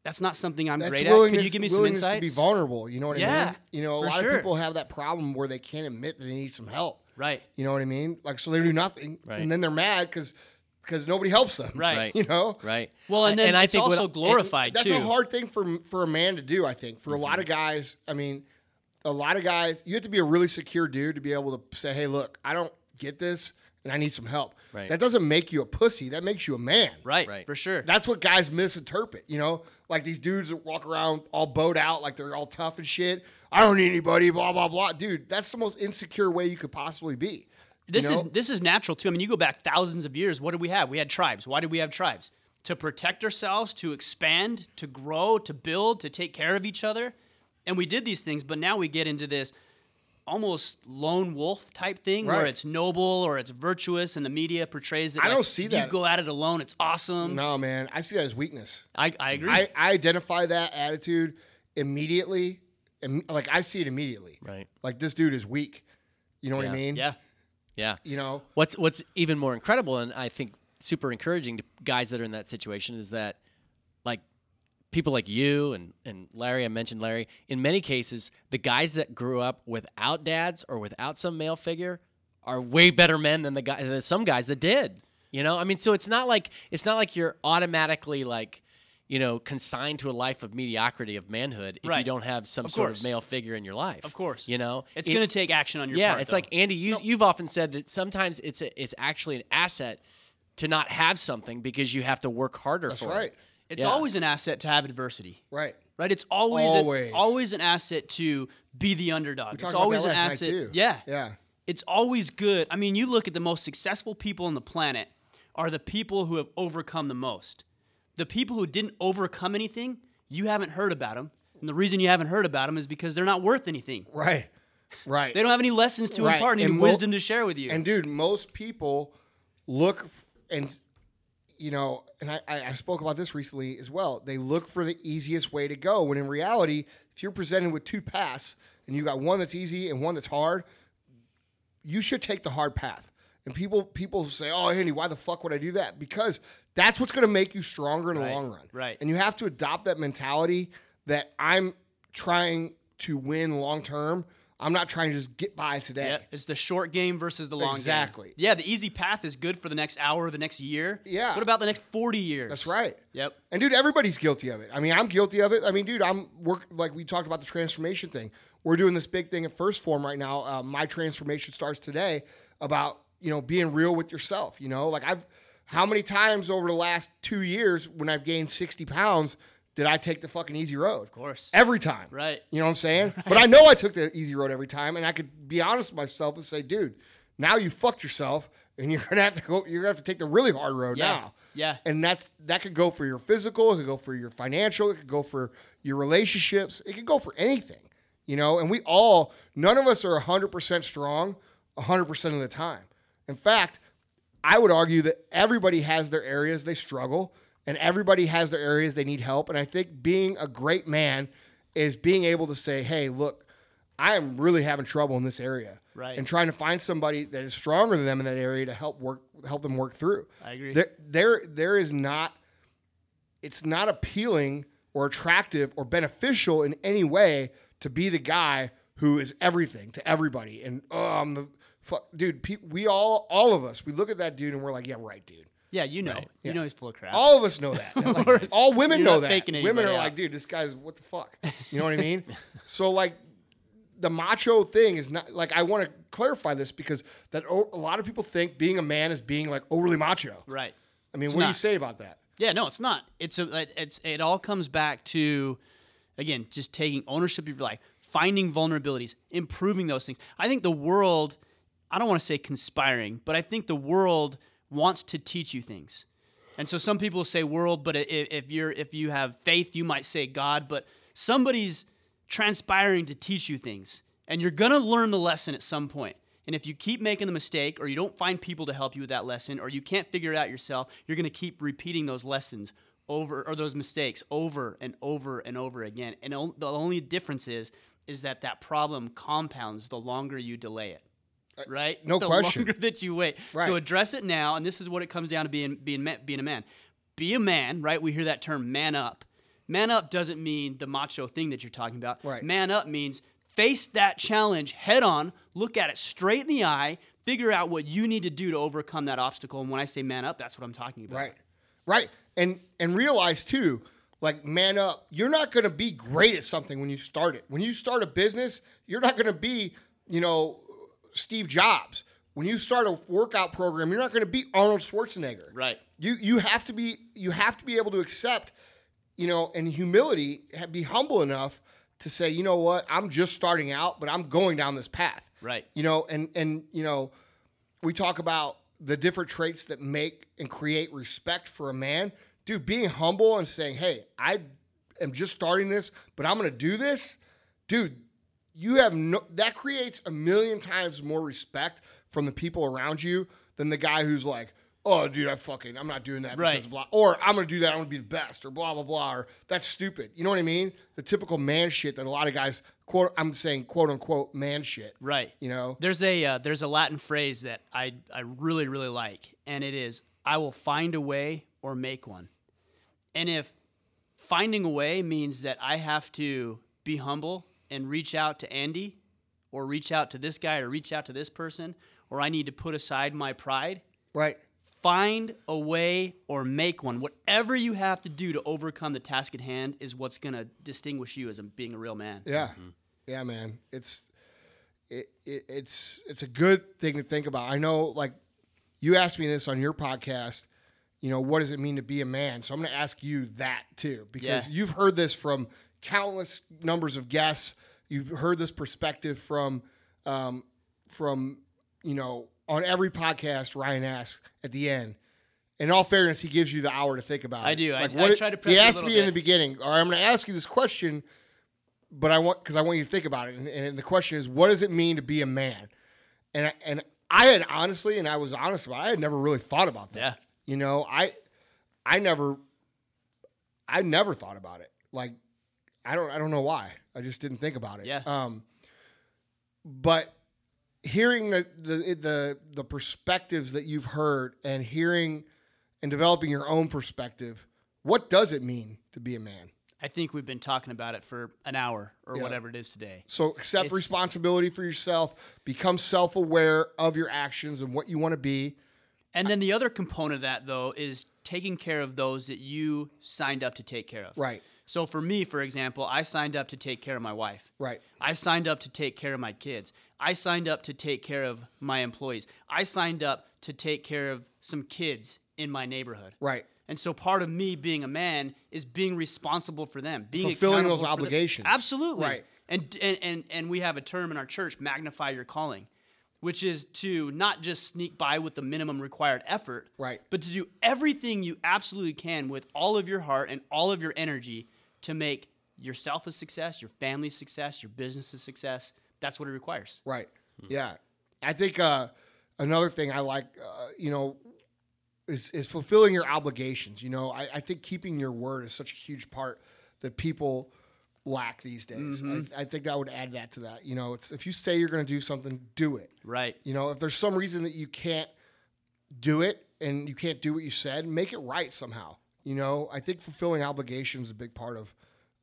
F: That's not something I'm
D: that's
F: great at.
D: willingness,
F: Can you give me some
D: willingness
F: insights?"
D: to be vulnerable you know what i
F: Yeah,
D: mean you know a
F: for
D: lot
F: sure.
D: of people have that problem where they can't admit that they need some help
F: Right.
D: you know what i mean like so they do nothing
A: Right.
D: and then they're mad because because nobody helps them
F: Right.
A: Right.
D: you know
A: Right.
F: Well, and then
A: I
F: it's
A: think what-
F: also glorified
D: That's
F: too.
D: a hard thing for for a man to do. I think for a lot of guys. I mean, a lot of guys. You have to be a really secure dude to be able to say, "Hey, look, I don't get this, and I need some help."
A: Right.
D: That doesn't make you a pussy. That makes you a man.
F: right,
A: Right.
F: For sure.
D: That's what guys misinterpret. You know, like these dudes that walk around all bowed out, like they're all tough and shit. I don't need anybody. Blah blah blah, dude. That's the most insecure way you could possibly be. you
F: this is
D: know?
F: this is natural too. I mean, you go back thousands of years. What did we have? We had tribes. Why did we have tribes? To protect ourselves, to expand, to grow, to build, to take care of each other. And we did these things, but now we get into this almost lone wolf type thing where
D: Right.
F: it's noble or it's virtuous and the media portrays it.
D: I
F: like,
D: don't see
F: You
D: that.
F: go at it alone, it's awesome.
D: no, man. I see that as weakness.
F: I, I agree.
D: I, I identify that attitude immediately. Im- like I see it immediately.
A: Right.
D: Like this dude is weak. You know what I mean?
F: yeah.
A: Yeah.
D: You know.
A: What's what's even more incredible and I think super encouraging to guys that are in that situation is that like people like you and and Larry, I mentioned Larry, in many cases, the guys that grew up without dads or without some male figure are way better men than the guy than some guys that did. You know? I mean, so it's not like it's not like you're automatically like you know, consigned to a life of mediocrity of manhood if you
F: Right.
A: don't have some
F: Of
A: sort
F: course.
A: of male figure in your life. Of
F: course.
A: you know
F: It's
A: It-
F: going to take action on your
A: yeah,
F: part,
A: it's
F: though.
A: like Andy, you, you've often said that sometimes it's a, it's actually an asset to not have something because you have to work harder
D: That's
A: for
D: right.
A: it.
F: It's
A: Yeah.
F: always an asset to have adversity.
D: Right.
F: Right? It's always an-
D: Always.
F: always, an asset to be the underdog.
D: talked
F: it's
D: about
F: always
D: that
F: an
D: last night,
F: asset.
D: too.
F: Yeah.
D: Yeah.
F: It's always good. I mean, you look at the most successful people on the planet are the people who have overcome the most. The people who didn't overcome anything, you haven't heard about them. And the reason you haven't heard about them is because they're not worth anything.
D: Right. Right.
F: They don't have any lessons to
D: Right,
F: impart, any
D: and mo-
F: wisdom to share with you.
D: And dude, most people look f- and you know, and I, I I spoke about this recently as well. They look for the easiest way to go when in reality, if you're presented with two paths and you got one that's easy and one that's hard, you should take the hard path. And people people say, "Oh, Andy, why the fuck would I do that?" Because that's what's going to make you stronger in the long run.
F: right.
D: And you have to adopt that mentality that I'm trying to win long term. I'm not trying to just get by today.
F: Yeah, it's the short game versus the long game.
D: Exactly.
F: Yeah, the easy path is good for the next hour, the next year.
D: Yeah.
F: What about the next 40 years?
D: That's right.
F: Yep.
D: And dude, everybody's guilty of it. I mean, I'm guilty of it. I mean, dude, I'm work like we talked about the transformation thing. We're doing this big thing at First Form right now. Uh, my transformation starts today about you know being real with yourself. You know, like I've how many times over the last two years when I've gained sixty pounds did I take the fucking easy road? Of
F: course.
D: every time.
F: Right.
D: You know what I'm saying? But I know I took the easy road every time, and I could be honest with myself and say, dude, now you fucked yourself, and you're gonna have to go. You're gonna have to take the really hard road
F: Yeah.
D: now.
F: Yeah.
D: And that's that could go for your physical, it could go for your financial, it could go for your relationships, it could go for anything. You know, and we all, none of us are 100% strong 100% of the time. In fact, I would argue that everybody has their areas they struggle and everybody has their areas they need help. And I think being a great man is being able to say, hey, look, I am really having trouble in this area.
F: Right.
D: And trying to find somebody that is stronger than them in that area to help work help them work through.
F: I agree.
D: There there there is not it's not appealing or attractive or beneficial in any way to be the guy who is everything to everybody and oh I'm the fuck dude pe- we all all of us we look at that dude and we're like yeah right dude
F: Yeah, you know. it. You know he's full of crap.
D: all of us know that Like,
F: course.
D: all women
F: You're
D: know
F: not
D: that
F: faking
D: women
F: anybody
D: are
F: out.
D: like dude this guy's what the fuck you know what I mean so like the macho thing is not like I want to clarify this because that o- a lot of people think being a man is being like overly macho
F: right.
D: I mean what do you
F: not.
D: say about that
F: Yeah, no, it's not. It's a, it- it's it all comes back to again, just taking ownership of your life, finding vulnerabilities, improving those things. I think the world I don't want to say conspiring, but I think the world wants to teach you things. And so some people say world, but i- i- if you're if you have faith, you might say God, but somebody's transpiring to teach you things. And you're going to learn the lesson at some point. And if you keep making the mistake or you don't find people to help you with that lesson or you can't figure it out yourself, you're going to keep repeating those lessons over or those mistakes over and over and over again. And on- the only difference is is that that problem compounds the longer you delay it. Right?
D: Uh, no
F: the
D: question.
F: longer that you wait.
D: Right.
F: So address it now, and this is what it comes down to being being ma- being a man. Be a man, right? We hear that term, man up. Man up doesn't mean the macho thing that you're talking about.
D: Right.
F: Man up means face that challenge head on, look at it straight in the eye, figure out what you need to do to overcome that obstacle. And when I say man up, that's what I'm talking about.
D: Right. Right. And and realize too, like man up, you're not gonna be great at something when you start it. When you start a business, you're not gonna be, you know, Steve Jobs. When you start a workout program, you're not gonna be Arnold Schwarzenegger.
F: Right.
D: You you have to be you have to be able to accept, you know, and humility, ha- be humble enough to say, you know what, I'm just starting out, but I'm going down this path.
F: Right.
D: You know, and and you know, we talk about the different traits that make and create respect for a man. Dude, being humble and saying, "Hey, I am just starting this, but I'm going to do this." Dude, you have no that creates a million times more respect from the people around you than the guy who's like, "Oh, dude, I fucking I'm not doing that
F: Right.
D: because of blah or I'm going to do that, I'm going to be the best or blah blah blah or that's stupid." You know what I mean? The typical man shit that a lot of guys quote I'm saying quote unquote man shit.
F: Right.
D: You know?
F: There's a uh, there's a Latin phrase that I I really really like, and it is I will find a way or make one. And if finding a way means that I have to be humble and reach out to Andy, or reach out to this guy, or reach out to this person, or I need to put aside my pride,
D: Right.
F: find a way or make one. Whatever you have to do to overcome the task at hand is what's gonna distinguish you as a, being a real man.
D: Yeah, yeah, man. It's it, it it's it's a good thing to think about. I know, like you asked me this on your podcast, you know, what does it mean to be a man? So I'm going to ask you that too, because
F: Yeah.
D: you've heard this from countless numbers of guests. You've heard this perspective from, um, from you know, on every podcast Ryan asks at the end. In all fairness, he gives you the hour to think about.
F: I
D: it.
F: do. I- I try to prep
D: He
F: you a
D: asked
F: little
D: me in the
F: bit.
D: beginning, or I'm going to ask you this question, but I want because I want you to think about it. And, and the question is, what does it mean to be a man? And I, and I had honestly, and I was honest about, it, I had never really thought about that.
F: Yeah.
D: You know, I I never I never thought about it. Like I don't I don't know why. I just didn't think about it.
F: Yeah.
D: Um but hearing the the the, the perspectives that you've heard and hearing and developing your own perspective, what does it mean to be a man?
F: I think we've been talking about it for an hour or
D: Yeah.
F: whatever it is today.
D: So accept
F: It's-
D: responsibility for yourself, become self-aware of your actions and what you want to be.
F: And then the other component of that, though, is taking care of those that you signed up to take care of.
D: Right.
F: So for me, for example, I signed up to take care of my wife.
D: Right.
F: I signed up to take care of my kids. I signed up to take care of my employees. I signed up to take care of some kids in my neighborhood.
D: Right.
F: And so part of me being a man is being responsible for them, being
D: Fulfilling
F: accountable
D: those
F: for them.
D: obligations.
F: Absolutely.
D: Right.
F: And, and and and we have a term in our church, magnify your calling, which is to not just sneak by with the minimum required effort,
D: Right.
F: But to do everything you absolutely can with all of your heart and all of your energy to make yourself a success, your family a success, your business a success. That's what it requires.
D: Right. Yeah. I think uh, another thing I like, uh, you know, is, is fulfilling your obligations. You know, I, I think keeping your word is such a huge part that people lack these days. I, I think I would add that to that. You know, it's if you say you're going to do something, do it.
F: Right.
D: You know, if there's some reason that you can't do it and you can't do what you said, make it right somehow. You know, I think fulfilling obligations is a big part of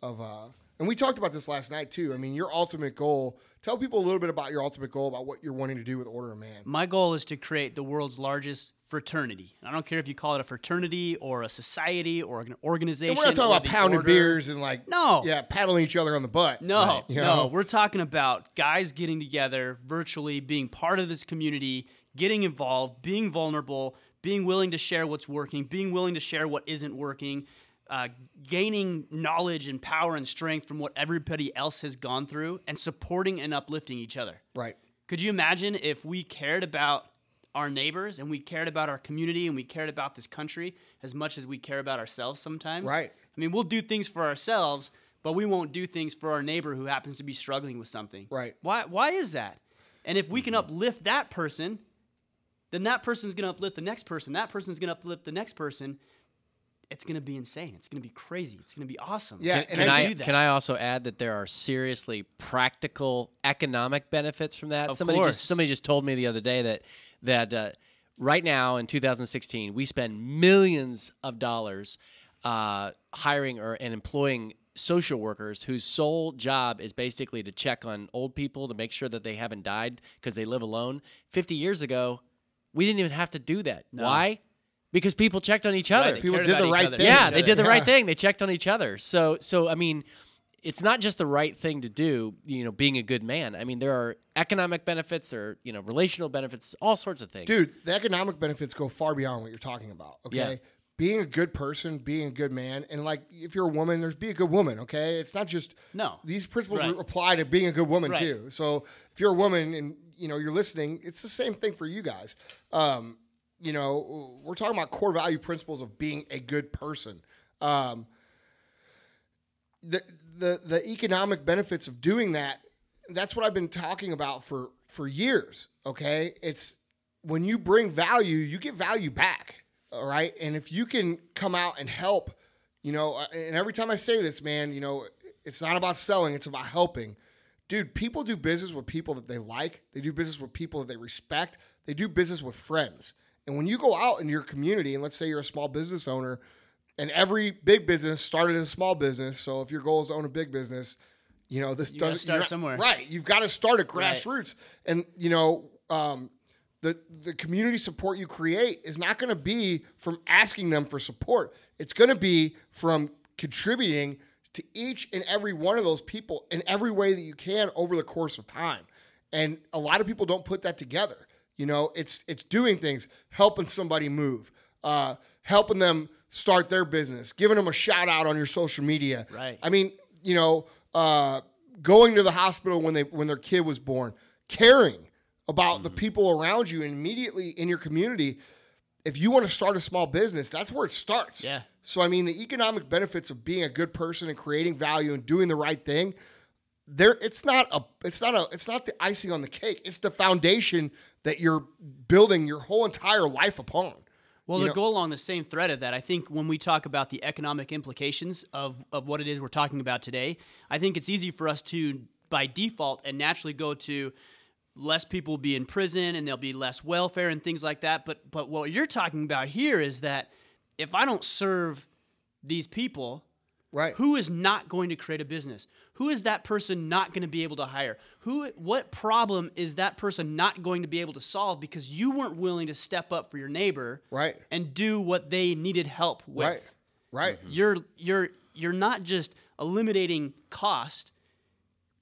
D: of uh and we talked about this last night too. I mean, your ultimate goal, tell people a little bit about your ultimate goal about what you're wanting to do with Order of Man.
F: My goal is to create the world's largest fraternity. And I don't care if you call it a fraternity or a society or an organization.
D: And we're not talking
F: or
D: about
F: the
D: pounding
F: order.
D: beers and like
F: No.
D: yeah, paddling each other on the butt.
F: No,
D: You
F: no,
D: know?
F: we're talking about guys getting together virtually, being part of this community, getting involved, being vulnerable, being willing to share what's working, being willing to share what isn't working, uh, gaining knowledge and power and strength from what everybody else has gone through, and supporting and uplifting each other.
D: Right.
F: Could you imagine if we cared about our neighbors and we cared about our community and we cared about this country as much as we care about ourselves sometimes?
D: Right.
F: I mean, we'll do things for ourselves, but we won't do things for our neighbor who happens to be struggling with something.
D: Right. Mm-hmm.
F: Why why is that? And if we can uplift that person, then that person's going to uplift the next person. That person's going to uplift the next person. It's going to be insane. It's going to be crazy. It's going to be awesome.
D: Yeah,
A: Can,
D: and
A: can
D: I
A: I
F: do that.
A: can I also add that there are seriously practical economic benefits from that?
F: Of
A: somebody
F: course.
A: just somebody just told me the other day that that uh, right now in 2016 we spend millions of dollars uh, hiring or and employing social workers whose sole job is basically to check on old people to make sure that they haven't died because they live alone. 50 years ago, we didn't even have to do that. Why? Because people checked on each other.
F: Right, they
D: People
F: cared
D: did
F: about
D: the
F: each
D: right
F: other.
D: thing.
A: Yeah,
F: Each
A: they
F: other.
A: did the right
D: Yeah.
A: thing. They checked on each other. So so I mean, it's not just the right thing to do, you know, being a good man. I mean, there are economic benefits, there are, you know, relational benefits, all sorts of things.
D: Dude, the economic benefits go far beyond what you're talking about. Okay.
A: Yeah.
D: Being a good person, being a good man, and like if you're a woman, there's be a good woman, okay? It's not just
F: No.
D: These principles
F: Right.
D: apply to being a good woman
F: Right.
D: too. So if you're a woman and you know you're listening, it's the same thing for you guys. Um, you know, we're talking about core value principles of being a good person. Um, the the the economic benefits of doing that that's what I've been talking about for for years, okay? It's when you bring value, you get value back, all right? And if you can come out and help, you know, uh, and every time I say this, man, you know, it's not about selling, it's about helping. Dude, people do business with people that they like. They do business with people that they respect. They do business with friends. And when you go out in your community, and let's say you're a small business owner, and every big business started as a small business. So if your goal is to own a big business, you know this
F: gotta
D: doesn't
F: start
D: you're not-
F: somewhere.
D: Right, you've got to start at grassroots, and you know um, the the community support you create is not going to be from asking them for support. It's going to be from contributing to each and every one of those people in every way that you can over the course of time. And a lot of people don't put that together. You know, it's it's doing things, helping somebody move, uh, helping them start their business, giving them a shout out on your social media.
F: Right.
D: I mean, you know, uh, going to the hospital when they when their kid was born, caring about
F: Mm-hmm.
D: the people around you and immediately in your community. If you want to start a small business, that's where it starts.
F: Yeah.
D: So I mean, the economic benefits of being a good person and creating value and doing the right thing, there it's not a it's not a it's not the icing on the cake. It's the foundation that you're building your whole entire life upon.
F: Well,
D: You
F: to
D: know-
F: go along the same thread of that, I think when we talk about the economic implications of, of what it is we're talking about today, I think it's easy for us to, by default, and naturally go to less people will be in prison and there'll be less welfare and things like that. But but what you're talking about here is that if I don't serve these people,
D: Right.
F: who is not going to create a business? Who is that person not going to be able to hire? Who what problem is that person not going to be able to solve because you weren't willing to step up for your neighbor
D: Right.
F: and do what they needed help with? Mm-hmm.
D: Right. Mm-hmm. Right.
F: You're you're you're not just eliminating cost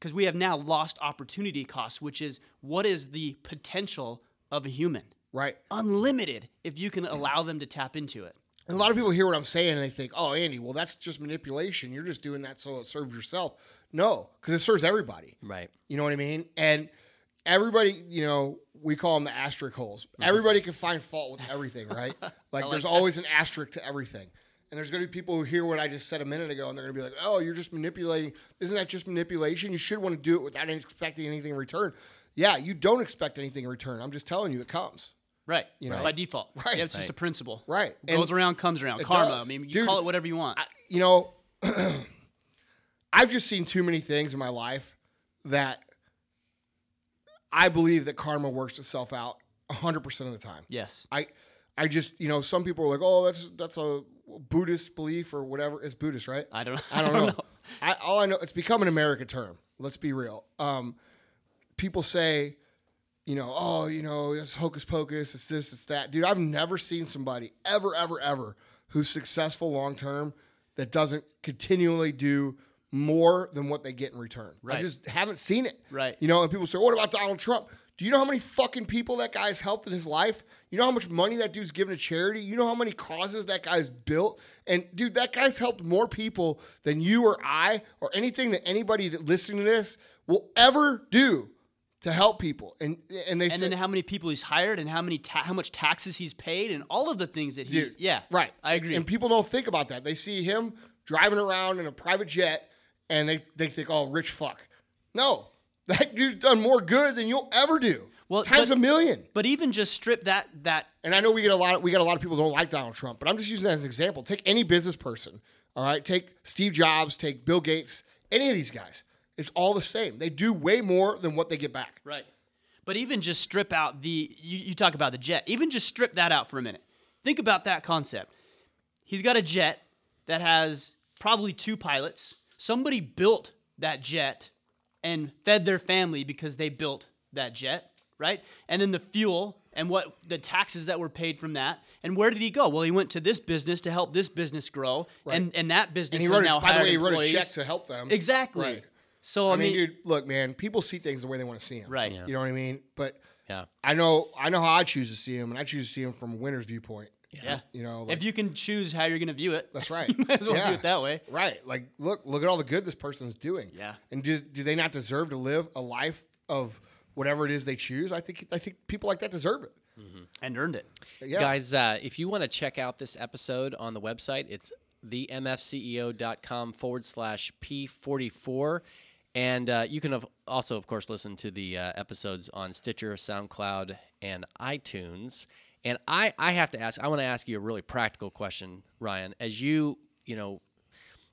F: because we have now lost opportunity cost, which is what is the potential of a human?
D: Right.
F: Unlimited if you can allow them to tap into it.
D: And a lot of people hear what I'm saying and they think, "Oh, Andy, well that's just manipulation. You're just doing that so it serves yourself." No, cuz it serves everybody.
A: Right.
D: You know what I mean? And everybody, you know, we call them the asterisk holes. Everybody can find fault with everything, right? Like, there's always an asterisk to everything. And there's going to be people who hear what I just said a minute ago and they're going to be like, oh, you're just manipulating. Isn't that just manipulation? You should want to do it without expecting anything in return. Yeah, you don't expect anything in return. I'm just telling you, it comes.
F: Right.
D: know?
F: by default.
D: Right.
F: Yeah, it's just a principle.
D: Right.
F: Goes
D: And-
F: around, comes around. Karma.
D: does.
F: I mean, you
D: Dude,
F: call it whatever you want.
D: you know, I've just seen too many things in my life that I believe that karma works itself out 100% of the time.
F: yes.
D: I I just you know some people are like oh that's that's a Buddhist belief or whatever it's Buddhist right
F: I don't.
D: I don't know, I, all I know it's become an American term let's be real um people say you know oh you know it's hocus pocus it's this it's that dude I've never seen somebody ever ever ever who's successful long term that doesn't continually do more than what they get in return I
F: Right.
D: just haven't seen it
F: Right.
D: you know, and people say, "What about Donald Trump?" Do you know how many fucking people that guy has helped in his life? You know how much money that dude's given to charity? You know how many causes that guy's built? And dude, that guy's helped more people than you or I or anything that anybody that listening to this will ever do to help people. And and they
F: And
D: say,
F: then how many people he's hired, and how many ta- how much taxes he's paid, and all of the things that he's.
D: Dude,
F: yeah.
D: Right.
F: I agree.
D: And people don't think about that. They see him driving around in a private jet and they, they think, oh, rich fuck. No, that dude's done more good than you'll ever do.
F: Well,
D: times
F: but-
D: a million.
F: but even just strip that that
D: and I know we get a lot of, we got a lot of people who don't like Donald Trump, but I'm just using that as an example. Take any business person, all right? Take Steve Jobs, take Bill Gates, any of these guys. It's all the same. They do way more than what they get back.
F: Right. But even just strip out the you, you talk about the jet. Even just strip that out for a minute. Think about that concept. He's got a jet that has probably two pilots. Somebody built that jet and fed their family because they built that jet, right? And then the fuel and what the taxes that were paid from that. And where did he go? Well, he went to this business to help this business grow, and and that
D: And
F: business
D: he
F: has
D: wrote,
F: now
D: a, by the
F: hired
D: way, he wrote a
F: employees.
D: check to help them.
F: Exactly.
D: Right.
F: So I,
D: I mean,
F: mean,
D: dude, look, man, people see things the way they want to see them.
F: Right. Yeah.
D: You know what I mean? But
A: Yeah.
D: I know, I know how I choose to see them, and I choose to see them from a winner's viewpoint.
F: yeah,
D: You know, like,
F: if you can choose how you're going to view it,
D: that's right.
F: you might as well
D: Yeah.
F: do it that way.
D: Right. Like, look, look at all the good this person's doing.
F: Yeah.
D: And do, do they not deserve to live a life of whatever it is they choose? I think, I think people like that deserve it.
F: And earned it.
D: Yeah.
A: Guys, uh, if you want to check out this episode on the website, it's themfceo.com forward slash P44. And uh, you can have also, of course, listen to the uh, episodes on Stitcher, SoundCloud, and iTunes. And I, I have to ask, I want to ask you a really practical question, Ryan. As you, you know,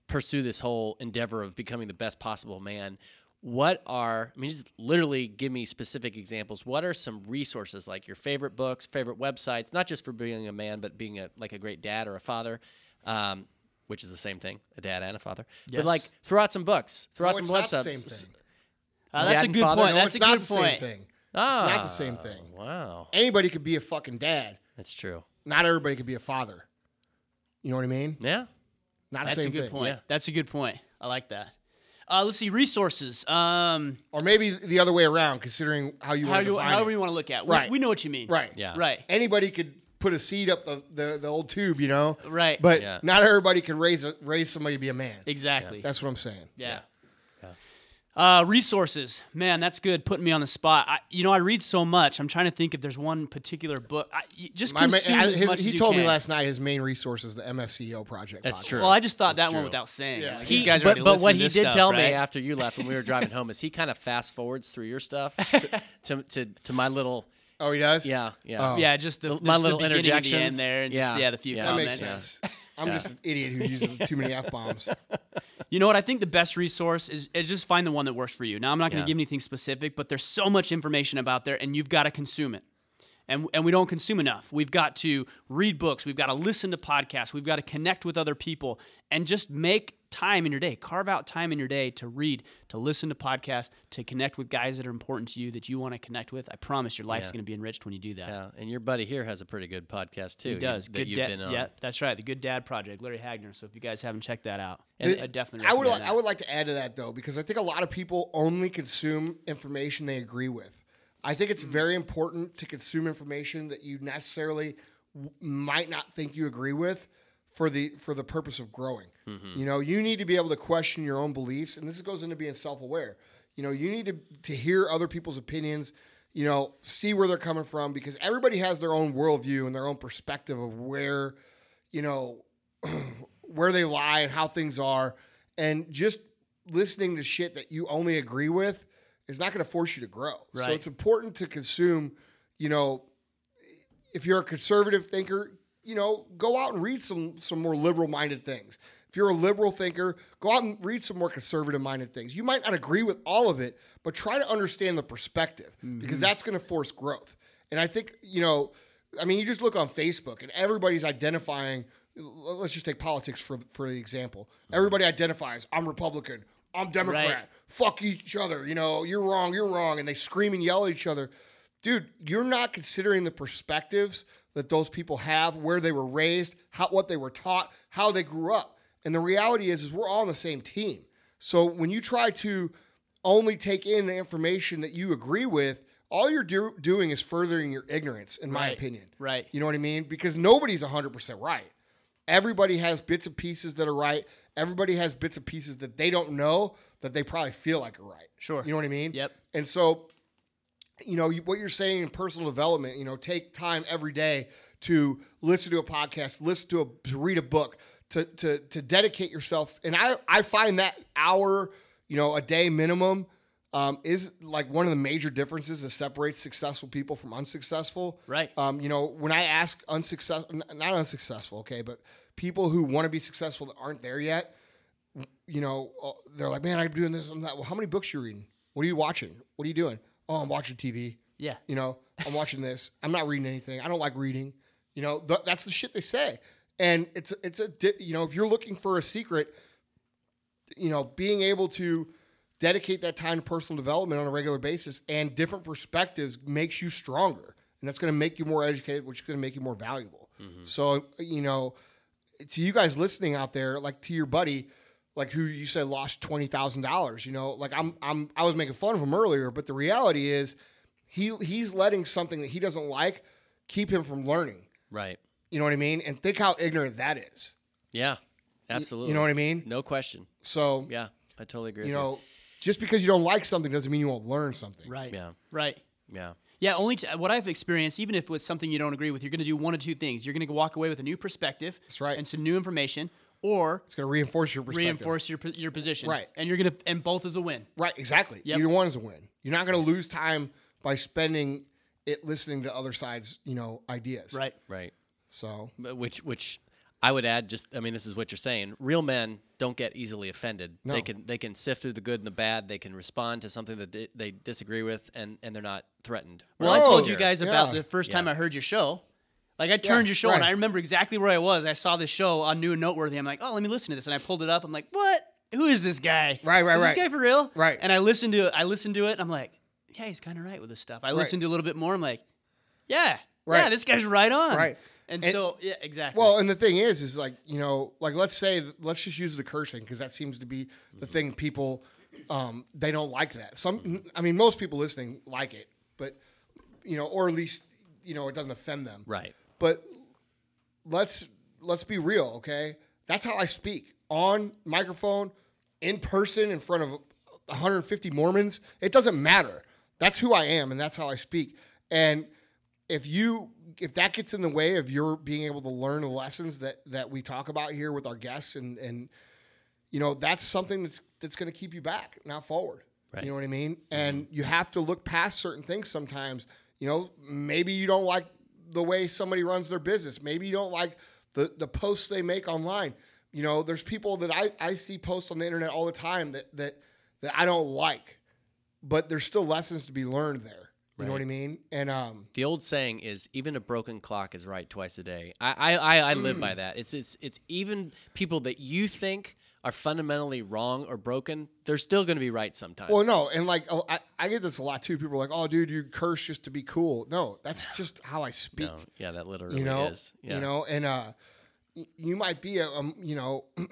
A: pursue this whole endeavor of becoming the best possible man what are i mean just literally give me specific examples what are some resources like your favorite books favorite websites not just for being a man but being a like a great dad or a father um, which is the same thing a dad and a father but
F: Yes.
A: like throw out some books throw out
D: No,
A: some
D: it's
A: websites
D: not the same thing.
F: Uh,
A: Dad
F: that's a
A: and
F: good
A: father?
F: point.
A: No,
F: that's
D: it's
F: a
D: not
F: good
D: the same
F: point.
D: thing. It's not
A: Ah,
D: the same thing.
A: wow
D: Anybody could be a fucking dad.
A: that's true
D: Not everybody could be a father. You know what I mean?
A: yeah
D: Not the
F: That's
D: same
F: a good
D: thing.
F: point.
A: yeah.
F: That's a good point. I like that. Uh, let's see resources. Um,
D: Or maybe the other way around, considering how you
F: how
D: want to
F: you,
D: define
F: however
D: it.
F: you want to look at. it. We,
D: Right.
F: we know what you mean.
D: Right.
A: Yeah.
F: Right.
D: Anybody could put a seed up the, the, the old tube, you know?
F: Right.
D: But
A: Yeah.
D: not everybody can raise a, raise somebody to be a man.
F: Exactly.
D: That's what I'm saying.
F: Yeah. Uh, resources, man, that's good. Putting me on the spot. I, you know, I read so much. I'm trying to think if there's one particular book. I, you just
D: My ma-
F: consume
D: I-
F: as
D: his-
F: much
D: he
F: as you
D: told me
F: can.
D: last night his main resource is the MFCO project.
A: That's
D: podcast.
A: true.
F: Well, I just thought
A: That's
F: that one
A: true.
F: without saying.
D: Yeah.
F: Like,
A: He,
F: these guys
A: but
F: already
A: but
F: listened
A: what
F: to
A: he did
F: this stuff,
A: tell me
F: right?
A: after you left when we were driving home is he kind of fast forwards through your stuff to, to, to, to my little
D: Oh, he does?
A: yeah yeah
D: Oh.
F: Yeah, just the,
A: The-
F: just
A: my
F: the
A: little
F: beginning and the end
A: interjections.
F: there, and just,
A: Yeah.
F: yeah. the few
A: Yeah.
D: That makes
F: comments.
D: sense. I'm just an idiot who uses too many F bombs.
F: You know what? I think the best resource is, is just find the one that works for you. Now, I'm not going to
A: Yeah.
F: give anything specific, but there's so much information about there, and you've got to consume it. And, and we don't consume enough. We've got to read books. We've got to listen to podcasts. We've got to connect with other people and just make time in your day. Carve out time in your day to read, to listen to podcasts, to connect with guys that are important to you that you want to connect with. I promise your life's
A: Yeah.
F: going to be enriched when you do that.
A: yeah Oh, and your buddy here has a pretty good podcast too
F: It does.
A: that
F: Good
A: you've
F: Dad-
A: been um, on
F: Yeah, that's right. The Good Dad Project, Larry Hagner. So if you guys haven't checked that out,
A: And-
F: I definitely
D: I would
F: recommend
D: like,
F: that.
D: I would like to add to that though because I think a lot of people only consume information they agree with. I think it's very important to consume information that you necessarily w- might not think you agree with for the for the purpose of growing.
F: Mm-hmm.
D: You know, you need to be able to question your own beliefs and this goes into being self-aware. You know, you need to to hear other people's opinions, you know, see where they're coming from because everybody has their own worldview and their own perspective of where, you know, where they lie and how things are, and just listening to shit that you only agree with is not going to force you to grow. So
F: Right.
D: it's important to consume, you know, if you're a conservative thinker, you know, go out and read some some more liberal minded things. If you're a liberal thinker, go out and read some more conservative minded things. You might not agree with all of it, but try to understand the perspective because that's going to force growth. And I think, you know, I mean, you just look on Facebook and everybody's identifying l- let's just take politics for for the example. Everybody identifies, I'm Republican, I'm Democrat.
F: Right.
D: Fuck each other, you know, you're wrong, you're wrong and they scream and yell at each other dude, you're not considering the perspectives that those people have, where they were raised, how what they were taught, how they grew up. And the reality is, is we're all on the same team. So when you try to only take in the information that you agree with, all you're do- doing is furthering your ignorance, in my
F: Right.
D: opinion.
F: Right.
D: You know what I mean? Because nobody's 100% right. Everybody has bits and pieces that are right. Everybody has bits and pieces that they don't know that they probably feel like are right.
F: Sure.
D: You know what I mean?
F: Yep.
D: And so you know you, what you're saying in personal development you know take time every day to listen to a podcast listen to a to read a book to to to dedicate yourself and i i find that hour you know a day minimum um, is like one of the major differences that separates successful people from unsuccessful
F: Right.
D: um, you know when i ask unsuccessful not unsuccessful okay but people who want to be successful that aren't there yet you know, uh, they're like, man, I'm doing this. I'm that. Well, how many books you reading? What are you watching? What are you doing? Oh, I'm watching TV.
F: Yeah.
D: You know, I'm watching this. I'm not reading anything. I don't like reading. You know, th- that's the shit they say. And it's it's a di- you know, if you're looking for a secret, you know, being able to dedicate that time to personal development on a regular basis and different perspectives makes you stronger. And that's going to make you more educated, which is going to make you more valuable. So, you know, to you guys listening out there, like to your buddy, like who you said lost twenty thousand dollars, you know, like I'm I'm I was making fun of him earlier, but the reality is he he's letting something that he doesn't like keep him from learning.
A: right
D: You know what I mean? And think how ignorant that is.
A: yeah absolutely
D: You know what I mean?
A: no question
D: So
A: yeah I totally agree
D: you
A: with
D: know, just because you don't like something doesn't mean you won't learn something.
F: Right.
A: Yeah.
F: Right.
A: you yeah
F: Yeah. Only t- what I've experienced, even if it's something you don't agree with, you're going to do one of two things. You're going to walk away with a new perspective.
D: That's right.
F: And some new information, or
D: It's gonna reinforce your perspective.
F: reinforce your po- your position.
D: Right.
F: And you're going to, and both is a win.
D: Right, exactly.
F: Yep.
D: Either one is a win. You're not gonna lose time by spending it listening to other sides, you know, ideas.
F: Right.
A: right
D: So
A: But which which I would add just I mean this is what you're saying. Real men don't get easily offended.
D: No.
A: They can they can sift through the good and the bad. They can respond to something that they, they disagree with and and they're not threatened.
F: Well, I
D: Oh,
F: told you guys about
D: yeah.
F: the first time
A: Yeah.
F: I heard your show. Like I turned your show and
D: right.
F: I remember exactly where I was. I saw this show on New and Noteworthy. I'm like, oh, let me listen to this. And I pulled it up. I'm like, what? Who is this guy?
D: Right, right,
F: Is
D: right.
F: This guy for real?
D: Right.
F: And I listened to it. I listened to it. And I'm like, yeah, he's kind of right with this stuff. I listened to a little bit more. I'm like, yeah,
D: Right.
F: yeah, this guy's right on.
D: Right.
F: And,
D: And-
F: so yeah, exactly.
D: Well, and the thing is, is like you know, like let's say, let's just use the cursing because that seems to be the thing people um, they don't like that. Some, I mean, most people listening like it, but you know, or at least you know, it doesn't offend them.
A: Right.
D: But let's let's be real, okay? That's how I speak on microphone, in person, in front of 150 Mormons. It doesn't matter. That's who I am, and that's how I speak. And if you if that gets in the way of your being able to learn the lessons that that we talk about here with our guests and and you know that's something that's that's going to keep you back not forward
A: Right. Mm-hmm.
D: you know what i mean and you have to look past certain things sometimes you know maybe you don't like the way somebody runs their business maybe you don't like the the posts they make online you know there's people that i i see posts on the internet all the time that that that i don't like but there's still lessons to be learned there you know what i mean and um
A: The old saying is, even a broken clock is right twice a day. I I, I, I live
D: Mm.
A: by that. It's it's it's even people that you think are fundamentally wrong or broken, they're still going to be right sometimes.
D: Well, no, and like oh, I, I get this a lot too. People are like, "Oh, dude, you curse just to be cool." No, that's just how I speak.
A: No, yeah, that literally
D: you know,
A: is. Yeah.
D: you know, and uh, y- you might be a um, you know,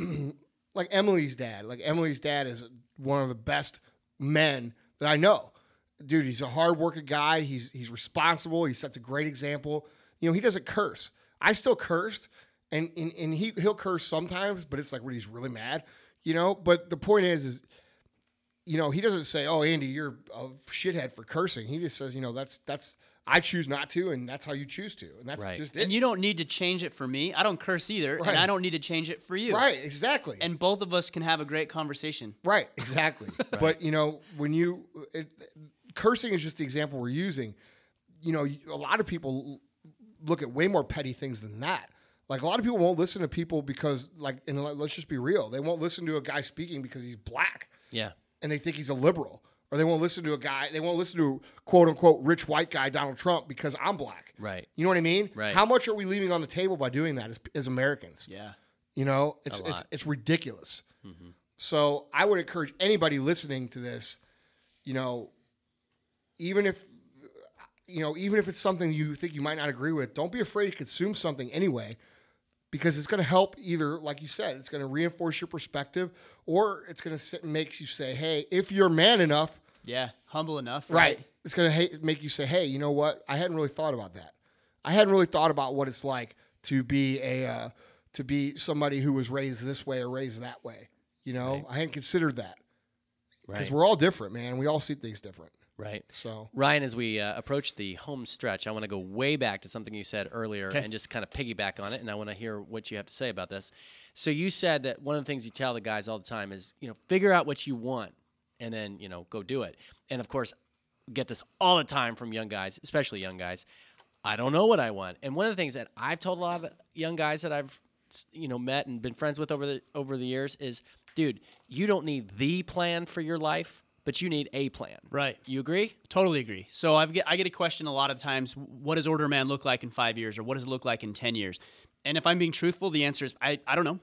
D: like Emily's dad. Like Emily's dad is one of the best men that I know. Dude, he's a hardworking guy. He's he's responsible. He sets a great example. You know, he doesn't curse. I still cursed, and and, and he he'll curse sometimes, but it's like when he's really mad. You know, but the point is, is you know, he doesn't say, "Oh, Andy, you're a shithead for cursing." He just says, "You know, that's that's I choose not to, and that's how you choose to, and that's
A: Right.
D: just it."
F: And you don't need to change it for me. I don't curse either,
D: Right.
F: and I don't need to change it for you.
D: right, exactly,
F: And both of us can have a great conversation.
D: right, exactly. But you know, when you it, cursing is just the example we're using. You know, you- a lot of people l- look at way more petty things than that. Like a lot of people won't listen to people because, like, and let- let's just be real, they won't listen to a guy speaking because he's black.
A: yeah.
D: and they think he's a liberal, or they won't listen to a guy, they won't listen to quote unquote rich white guy Donald Trump because I'm black.
A: Right.
D: You know what I mean?
A: Right.
D: How much are we leaving on the table by doing that as, as Americans?
F: Yeah.
D: You know, it's it's
A: lot. Mm-hmm.
D: it's ridiculous. So I would encourage anybody listening to this, you know, even if you know, even if it's something you think you might not agree with, don't be afraid to consume something anyway, because it's going to help either, like you said, it's going to reinforce your perspective, or it's going to makes you say, "Hey, if you're man enough,
F: Yeah. Humble enough.
D: Right. It's going to make you say, hey, you know what? I hadn't really thought about that. I hadn't really thought about what it's like to be a uh, to be somebody who was raised this way or raised that way. You know, I hadn't considered that because
A: Right.
D: we're all different, man. We all see things different.
A: Right.
D: So
A: Ryan, as we uh, approach the home stretch, I want to go way back to something you said earlier and just kind of piggyback on it. And I want to hear what you have to say about this. So you said that one of the things you tell the guys all the time is, you know, figure out what you want and then, you know, go do it. And of course, we get this all the time from young guys, especially young guys. I don't know what I want. And one of the things that I've told a lot of young guys that I've you know met and been friends with over the over the years is, dude, you don't need the plan for your life, but you need a plan.
F: Right.
A: You agree?
F: Totally agree. So I get I get a question a lot of times: What does Order Man look like in five years, or what does it look like in ten years? And if I'm being truthful, the answer is I, I don't know.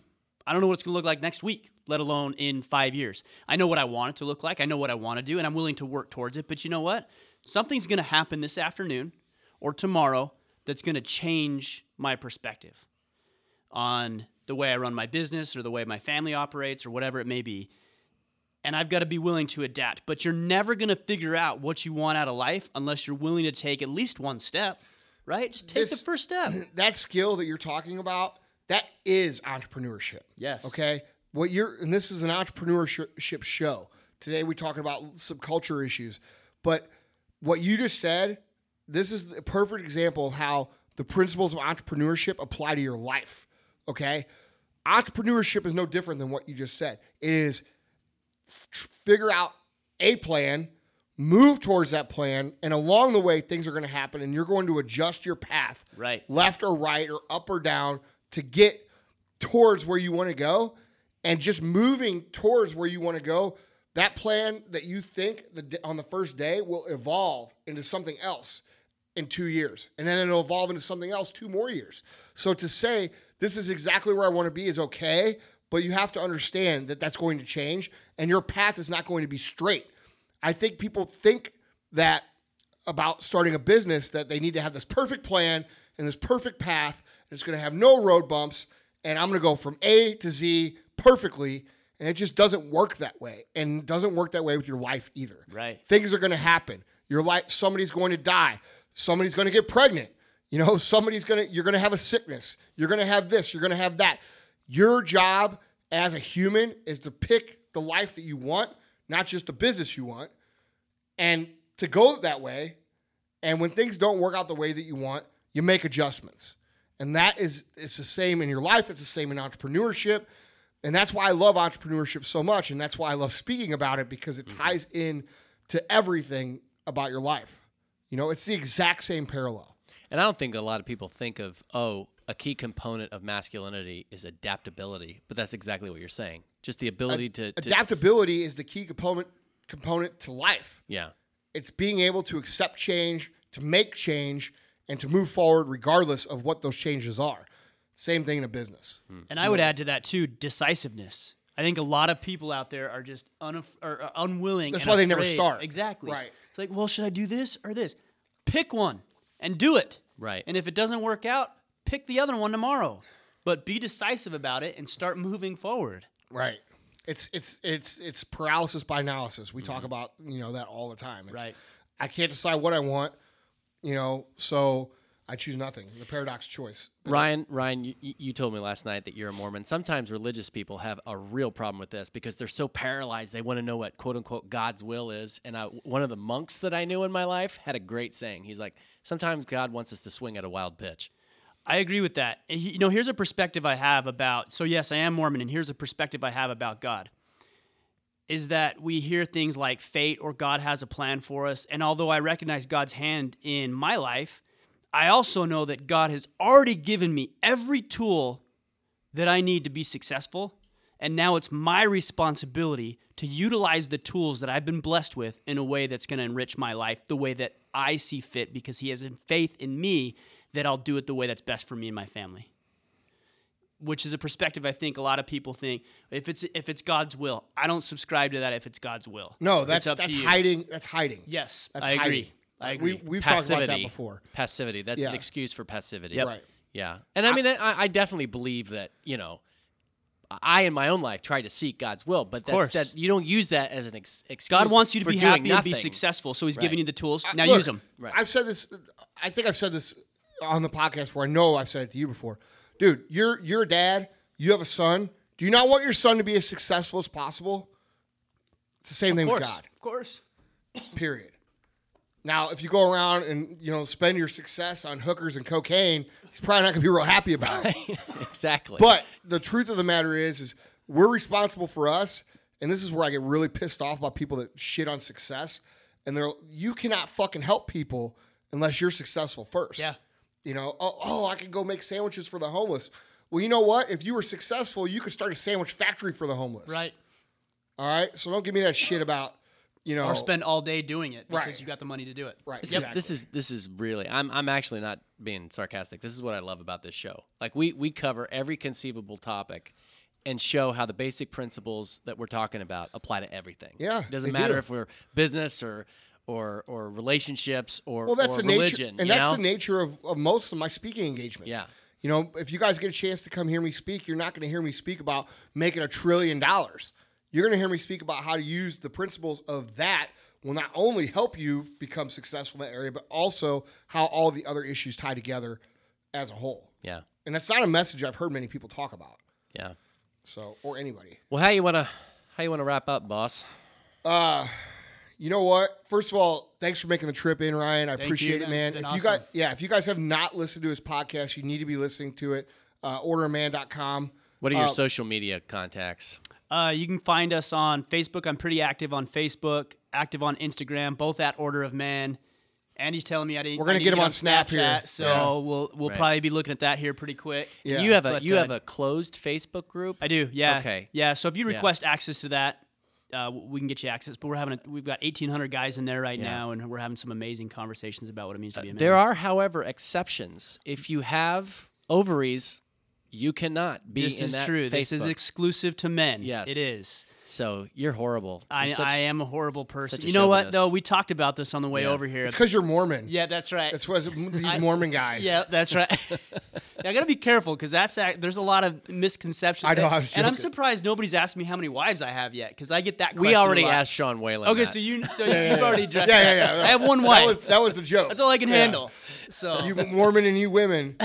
F: I don't know what it's going to look like next week, let alone in five years. I know what I want it to look like. I know what I want to do, and I'm willing to work towards it. But you know what? Something's going to happen this afternoon or tomorrow that's going to change my perspective on the way I run my business or the way my family operates or whatever it may be and I've got to be willing to adapt. But you're never going to figure out what you want out of life unless you're willing to take at least one step, right? Just take
D: This-
F: the first step.
D: that skill that you're talking about, that is entrepreneurship.
F: Yes.
D: Okay. What you're and this is an entrepreneurship show. Today we talk about subculture issues, but what you just said, this is the perfect example of how the principles of entrepreneurship apply to your life. Okay. Entrepreneurship is no different than what you just said. It is tr- figure out a plan, move towards that plan, and along the way, things are going to happen, and you're going to adjust your path,
F: Right.
D: left or right or up or down, to get towards where you want to go, and just moving towards where you want to go. That plan that you think the, d- on the first day will evolve into something else in two years, and then it'll evolve into something else two more years. So to say this is exactly where I want to be is okay, but you have to understand that that's going to change, and your path is not going to be straight. I think people think that about starting a business that they need to have this perfect plan and this perfect path, and it's going to have no road bumps, and I'm going to go from A to Z perfectly. And it just doesn't work that way, and doesn't work that way with your life either
F: Right.
D: things are going to happen. Your life, somebody's going to die. Somebody's going to get pregnant. You know, somebody's gonna you're gonna have a sickness. You're gonna have this. You're gonna have that. Your job as a human is to pick the life that you want, not just the business you want, and to go that way. And when things don't work out the way that you want, you make adjustments. And that is it's the same in your life. It's the same in entrepreneurship. And that's why I love entrepreneurship so much. And that's why I love speaking about it because it ties in to everything about your life. You know, it's the exact same parallel.
A: And I don't think a lot of people think of, oh, a key component of masculinity is adaptability. But that's exactly what you're saying. Just the ability to, to
D: Adaptability is the key component component to life.
A: yeah.
D: It's being able to accept change, to make change, and to move forward regardless of what those changes are. Same thing in a business.
F: And I would add to that too decisiveness. I think a lot of people out there are just unaf- or are unwilling.
D: That's
F: and
D: why they never
F: afraid.
D: start.
F: Exactly.
D: Right.
F: It's like, well, should I do this or this? Pick one and do it.
A: Right.
F: And if it doesn't work out, pick the other one tomorrow. But be decisive about it and start moving forward.
D: Right. It's it's it's it's paralysis by analysis. We talk about you know that all the time. It's,
F: Mm-hmm. Right.
D: I can't decide what I want. You know, so I choose nothing. The paradox of choice.
A: Ryan, Ryan, you, you you told me last night that you're a Mormon. Sometimes religious people have a real problem with this because they're so paralyzed. They want to know what "quote unquote" God's will is. And I, one of the monks that I knew in my life had a great saying. He's like, "Sometimes God wants us to swing at a wild pitch."
F: I agree with that. And he- You know, here's a perspective I have about so yes, I am Mormon and here's a perspective I have about God. Is that we hear things like fate or God has a plan for us and although I recognize God's hand in my life, I also know that God has already given me every tool that I need to be successful and now it's my responsibility to utilize the tools that I've been blessed with in a way that's going to enrich my life the way that I see fit because he has faith in me that I'll do it the way that's best for me and my family. Which is a perspective I think a lot of people think if it's if it's God's will. I don't subscribe to that if it's God's will.
D: No,
F: It's
D: that's
F: up to
D: that's
F: you.
D: hiding. That's hiding.
F: Yes,
D: that's
F: I agree.
D: hiding.
F: I
D: We,
F: agree.
D: we've talked about that before.
A: Passivity. That's
D: Yeah.
A: an excuse for passivity.
D: Right.
A: Yeah. And I mean, I, I definitely believe that, you know, I in my own life try to seek God's will, but that's,
F: course.
A: that you don't use that as an ex- excuse.
F: God wants you to
A: for
F: be
A: doing
F: happy and be
A: nothing.
F: successful, so he's
A: Right.
F: giving you the tools. Now
D: Uh, Look,
F: use them.
D: I've said this. I think I've said this on the podcast where I know I've said it to you before, dude. You're you're a dad. You have a son. Do you not want your son to be as successful as possible? It's the same thing
F: Of
D: with
F: course.
D: God.
F: Of course.
D: Period. Now, if you go around and you know spend your success on hookers and cocaine, he's probably not going to be real happy about it.
A: exactly.
D: But the truth of the matter is, is we're responsible for us, and this is where I get really pissed off about people that shit on success. And they're you cannot fucking help people unless you're successful first.
F: Yeah.
D: You know, oh, oh, I could go make sandwiches for the homeless. Well, you know what? If you were successful, you could start a sandwich factory for the homeless.
F: Right.
D: All right. So don't give me that shit about, you know,
F: Or spend all day doing it because
D: Right.
F: you got the money to do it.
D: right.
A: This is this is this is really I'm I'm actually not being sarcastic. This is what I love about this show. Like we we cover every conceivable topic and show how the basic principles that we're talking about apply to everything.
D: Yeah,
A: It doesn't
D: they
A: matter
D: do.
A: if we're business or or or relationships or,
D: Well, that's
A: or
D: the
A: religion.
D: nature, and
A: you
D: that's
A: know?
D: the nature of, of most of my speaking engagements.
A: Yeah.
D: You know, if you guys get a chance to come hear me speak, you're not going to hear me speak about making a trillion dollars. You're going to hear me speak about how to use the principles of that will not only help you become successful in that area, but also how all the other issues tie together as a whole.
A: Yeah.
D: And that's not a message I've heard many people talk about.
A: Yeah.
D: So, or anybody.
A: Well, how you wanna how you wanna wrap up, boss?
D: You know what? First of all, thanks for making the trip in, Ryan. I appreciate
F: you,
D: it, man.
F: man. It's
D: If
F: been
D: you guys,
F: awesome.
D: yeah, if you guys have not listened to his podcast, you need to be listening to it. Uh, orderman.com.
A: What are
D: Uh,
A: your social media contacts?
F: Uh, you can find us on Facebook. I'm pretty active on Facebook, active on Instagram, both at Order of Man. Andy's telling me I didn't.
D: We're gonna
F: I need
D: get
F: to
D: him on Snap here.
F: Snapchat, so
D: Yeah.
F: we'll we'll probably be looking at that here pretty quick.
D: Yeah.
A: You have a
F: But,
A: you
F: uh,
A: have a closed Facebook group.
F: I do. Yeah.
A: Okay.
F: Yeah. So if you request access to that, uh, w- we can get you access. But we're having a, we've got 1,800 guys in there right now, and we're having some amazing conversations about what
D: Uh,
F: it means to be a man.
A: There are, however, exceptions. If you have ovaries, you cannot be
F: This
A: in
F: is
A: that
F: true. This is
A: Facebook.
F: exclusive to men.
A: Yes.
F: It is.
A: so you're horrible.
F: I,
A: You're such-
F: I am a horrible person.
A: such a
F: you know what
A: chauvinist.
F: though? We talked about this on the way over here.
D: It's because you're Mormon.
F: yeah, that's right.
D: That's what the Mormon guys.
F: Yeah, that's right. I gotta be careful because that's act- there's a lot of misconceptions.
D: I know, I was
F: and I'm
D: joking.
F: surprised nobody's asked me how many wives I have yet because I get that. question
A: we
F: a
A: already
F: lot.
A: asked Sean Whalen.
F: Okay,
A: that.
F: so you so you've already
D: yeah,
F: addressed.
D: yeah,
F: that.
D: yeah, yeah.
F: I have one
D: That was,
F: wife.
D: that was the joke.
F: That's all I can
D: Yeah.
F: handle. So
D: You Mormon and you women.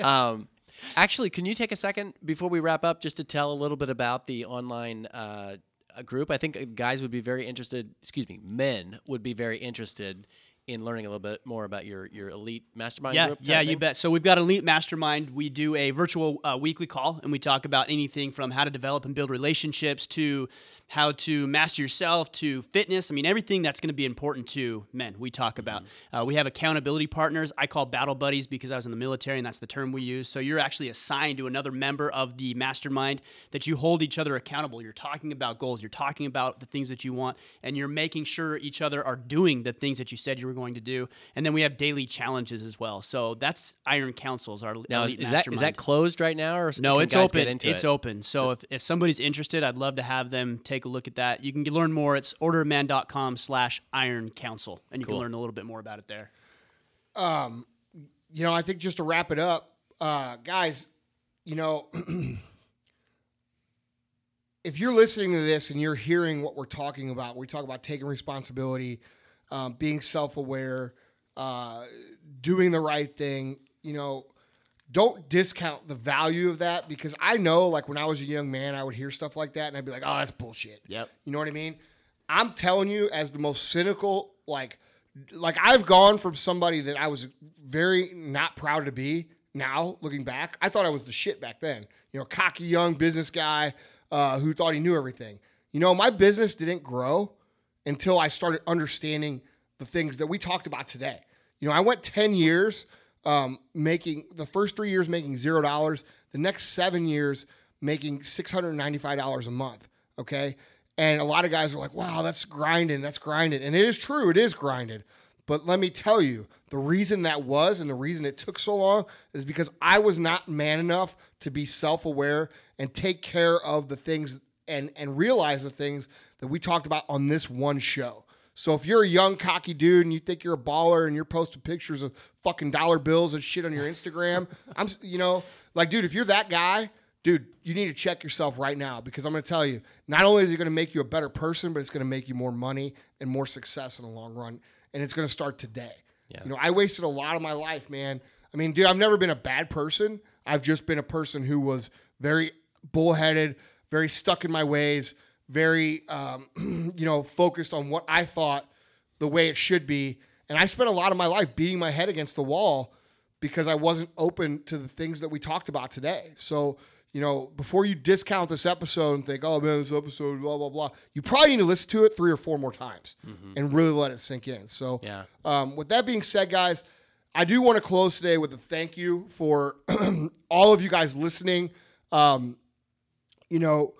A: Um, actually, can you take a second before we wrap up just to tell a little bit about the online uh, uh, group? I think uh, guys would be very interested. Excuse me, men would be very interested in learning a little bit more about your your elite mastermind
F: yeah,
A: group. type
F: yeah, you
A: thing.
F: bet. So we've got Elite Mastermind. We do a virtual uh, weekly call, and we talk about anything from how to develop and build relationships to how to master yourself to fitness. I mean, everything that's going to be important to men. We talk about.
A: Mm-hmm.
F: Uh, we have accountability partners. I call battle buddies because I was in the military, and that's the term we use. So you're actually assigned to another member of the mastermind that you hold each other accountable. You're talking about goals. You're talking about the things that you want, and you're making sure each other are doing the things that you said you were going to do. And then we have daily challenges as well. So that's Iron Councils, our
A: Now, is,
F: elite
A: is that is that
F: mastermind.
A: closed right now, or s-
F: No,
A: can
F: it's
A: guys
F: open.
A: Get into
F: it's
A: it?
F: open. So, if, if somebody's interested, I'd love to have them take a look at that. You can g- learn more. It's orderman.com slash iron council, and you can learn a little bit more about it there.
D: um, you know, I think just to wrap it up, uh, guys, you know, if you're listening to this and you're hearing what we're talking about, we talk about taking responsibility, um, being self aware, uh, doing the right thing, you know, don't discount the value of that because I know, like, when I was a young man, I would hear stuff like that and I'd be like, oh, that's bullshit.
F: Yep.
D: You know what I mean? I'm telling you, as the most cynical, like, like I've gone from somebody that I was very not proud to be. Now looking back, I thought I was the shit back then. You know, cocky young business guy uh, who thought he knew everything. You know, my business didn't grow until I started understanding the things that we talked about today. You know, I went 10 years um, making the first three years making zero dollars, the next seven years making $695 a month. Okay. And a lot of guys are like, wow, that's grinding, that's grinding. And it is true, it is grinded. But let me tell you, the reason that was and the reason it took so long is because I was not man enough to be self aware and take care of the things and, and realize the things that we talked about on this one show. So if you're a young cocky dude and you think you're a baller and you're posting pictures of fucking dollar bills and shit on your Instagram, I'm s- you know, like dude, if you're that guy, dude, you need to check yourself right now because I'm going to tell you, not only is it going to make you a better person, but it's going to make you more money and more success in the long run, and it's going to start today. You know, I wasted a lot of my life, man. I mean, dude, I've never been a bad person. I've just been a person who was very bullheaded, very stuck in my ways, very um, you know focused on what I thought the way it should be. And I spent a lot of my life beating my head against the wall because I wasn't open to the things that we talked about today. So, you know, before you discount this episode and think, oh man, this episode, blah, blah, blah, you probably need to listen to it three or four more times and really let it sink in. So,
A: Yeah.
D: um, with that being said, guys, I do want to close today with a thank you for all of you guys listening. Um, you know,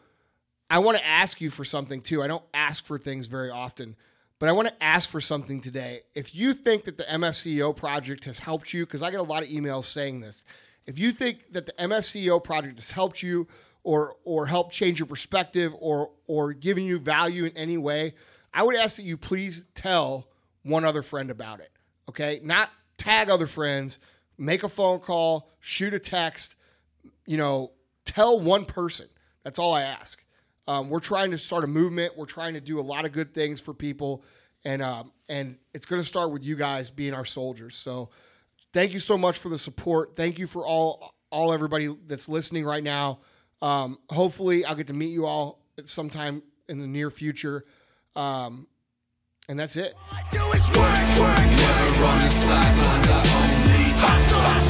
D: I want to ask you for something too. I don't ask for things very often, but I want to ask for something today. If you think that the MSCEO E project has helped you, because I get a lot of emails saying this, if you think that the MSCEO E project has helped you or or helped change your perspective or or given you value in any way, I would ask that you please tell one other friend about it. Okay, not tag other friends. Make a phone call, shoot a text, you know, tell one person. That's all I ask. Um, we're trying to start a movement. We're trying to do a lot of good things for people, and um, and it's going to start with you guys being our soldiers. So, thank you so much for the support. Thank you for all all everybody that's listening right now. Um, hopefully, I'll get to meet you all at sometime in the near future. Um, and that's it.
C: I do is work, work,
B: Never on the sidelines, I only
C: hustle.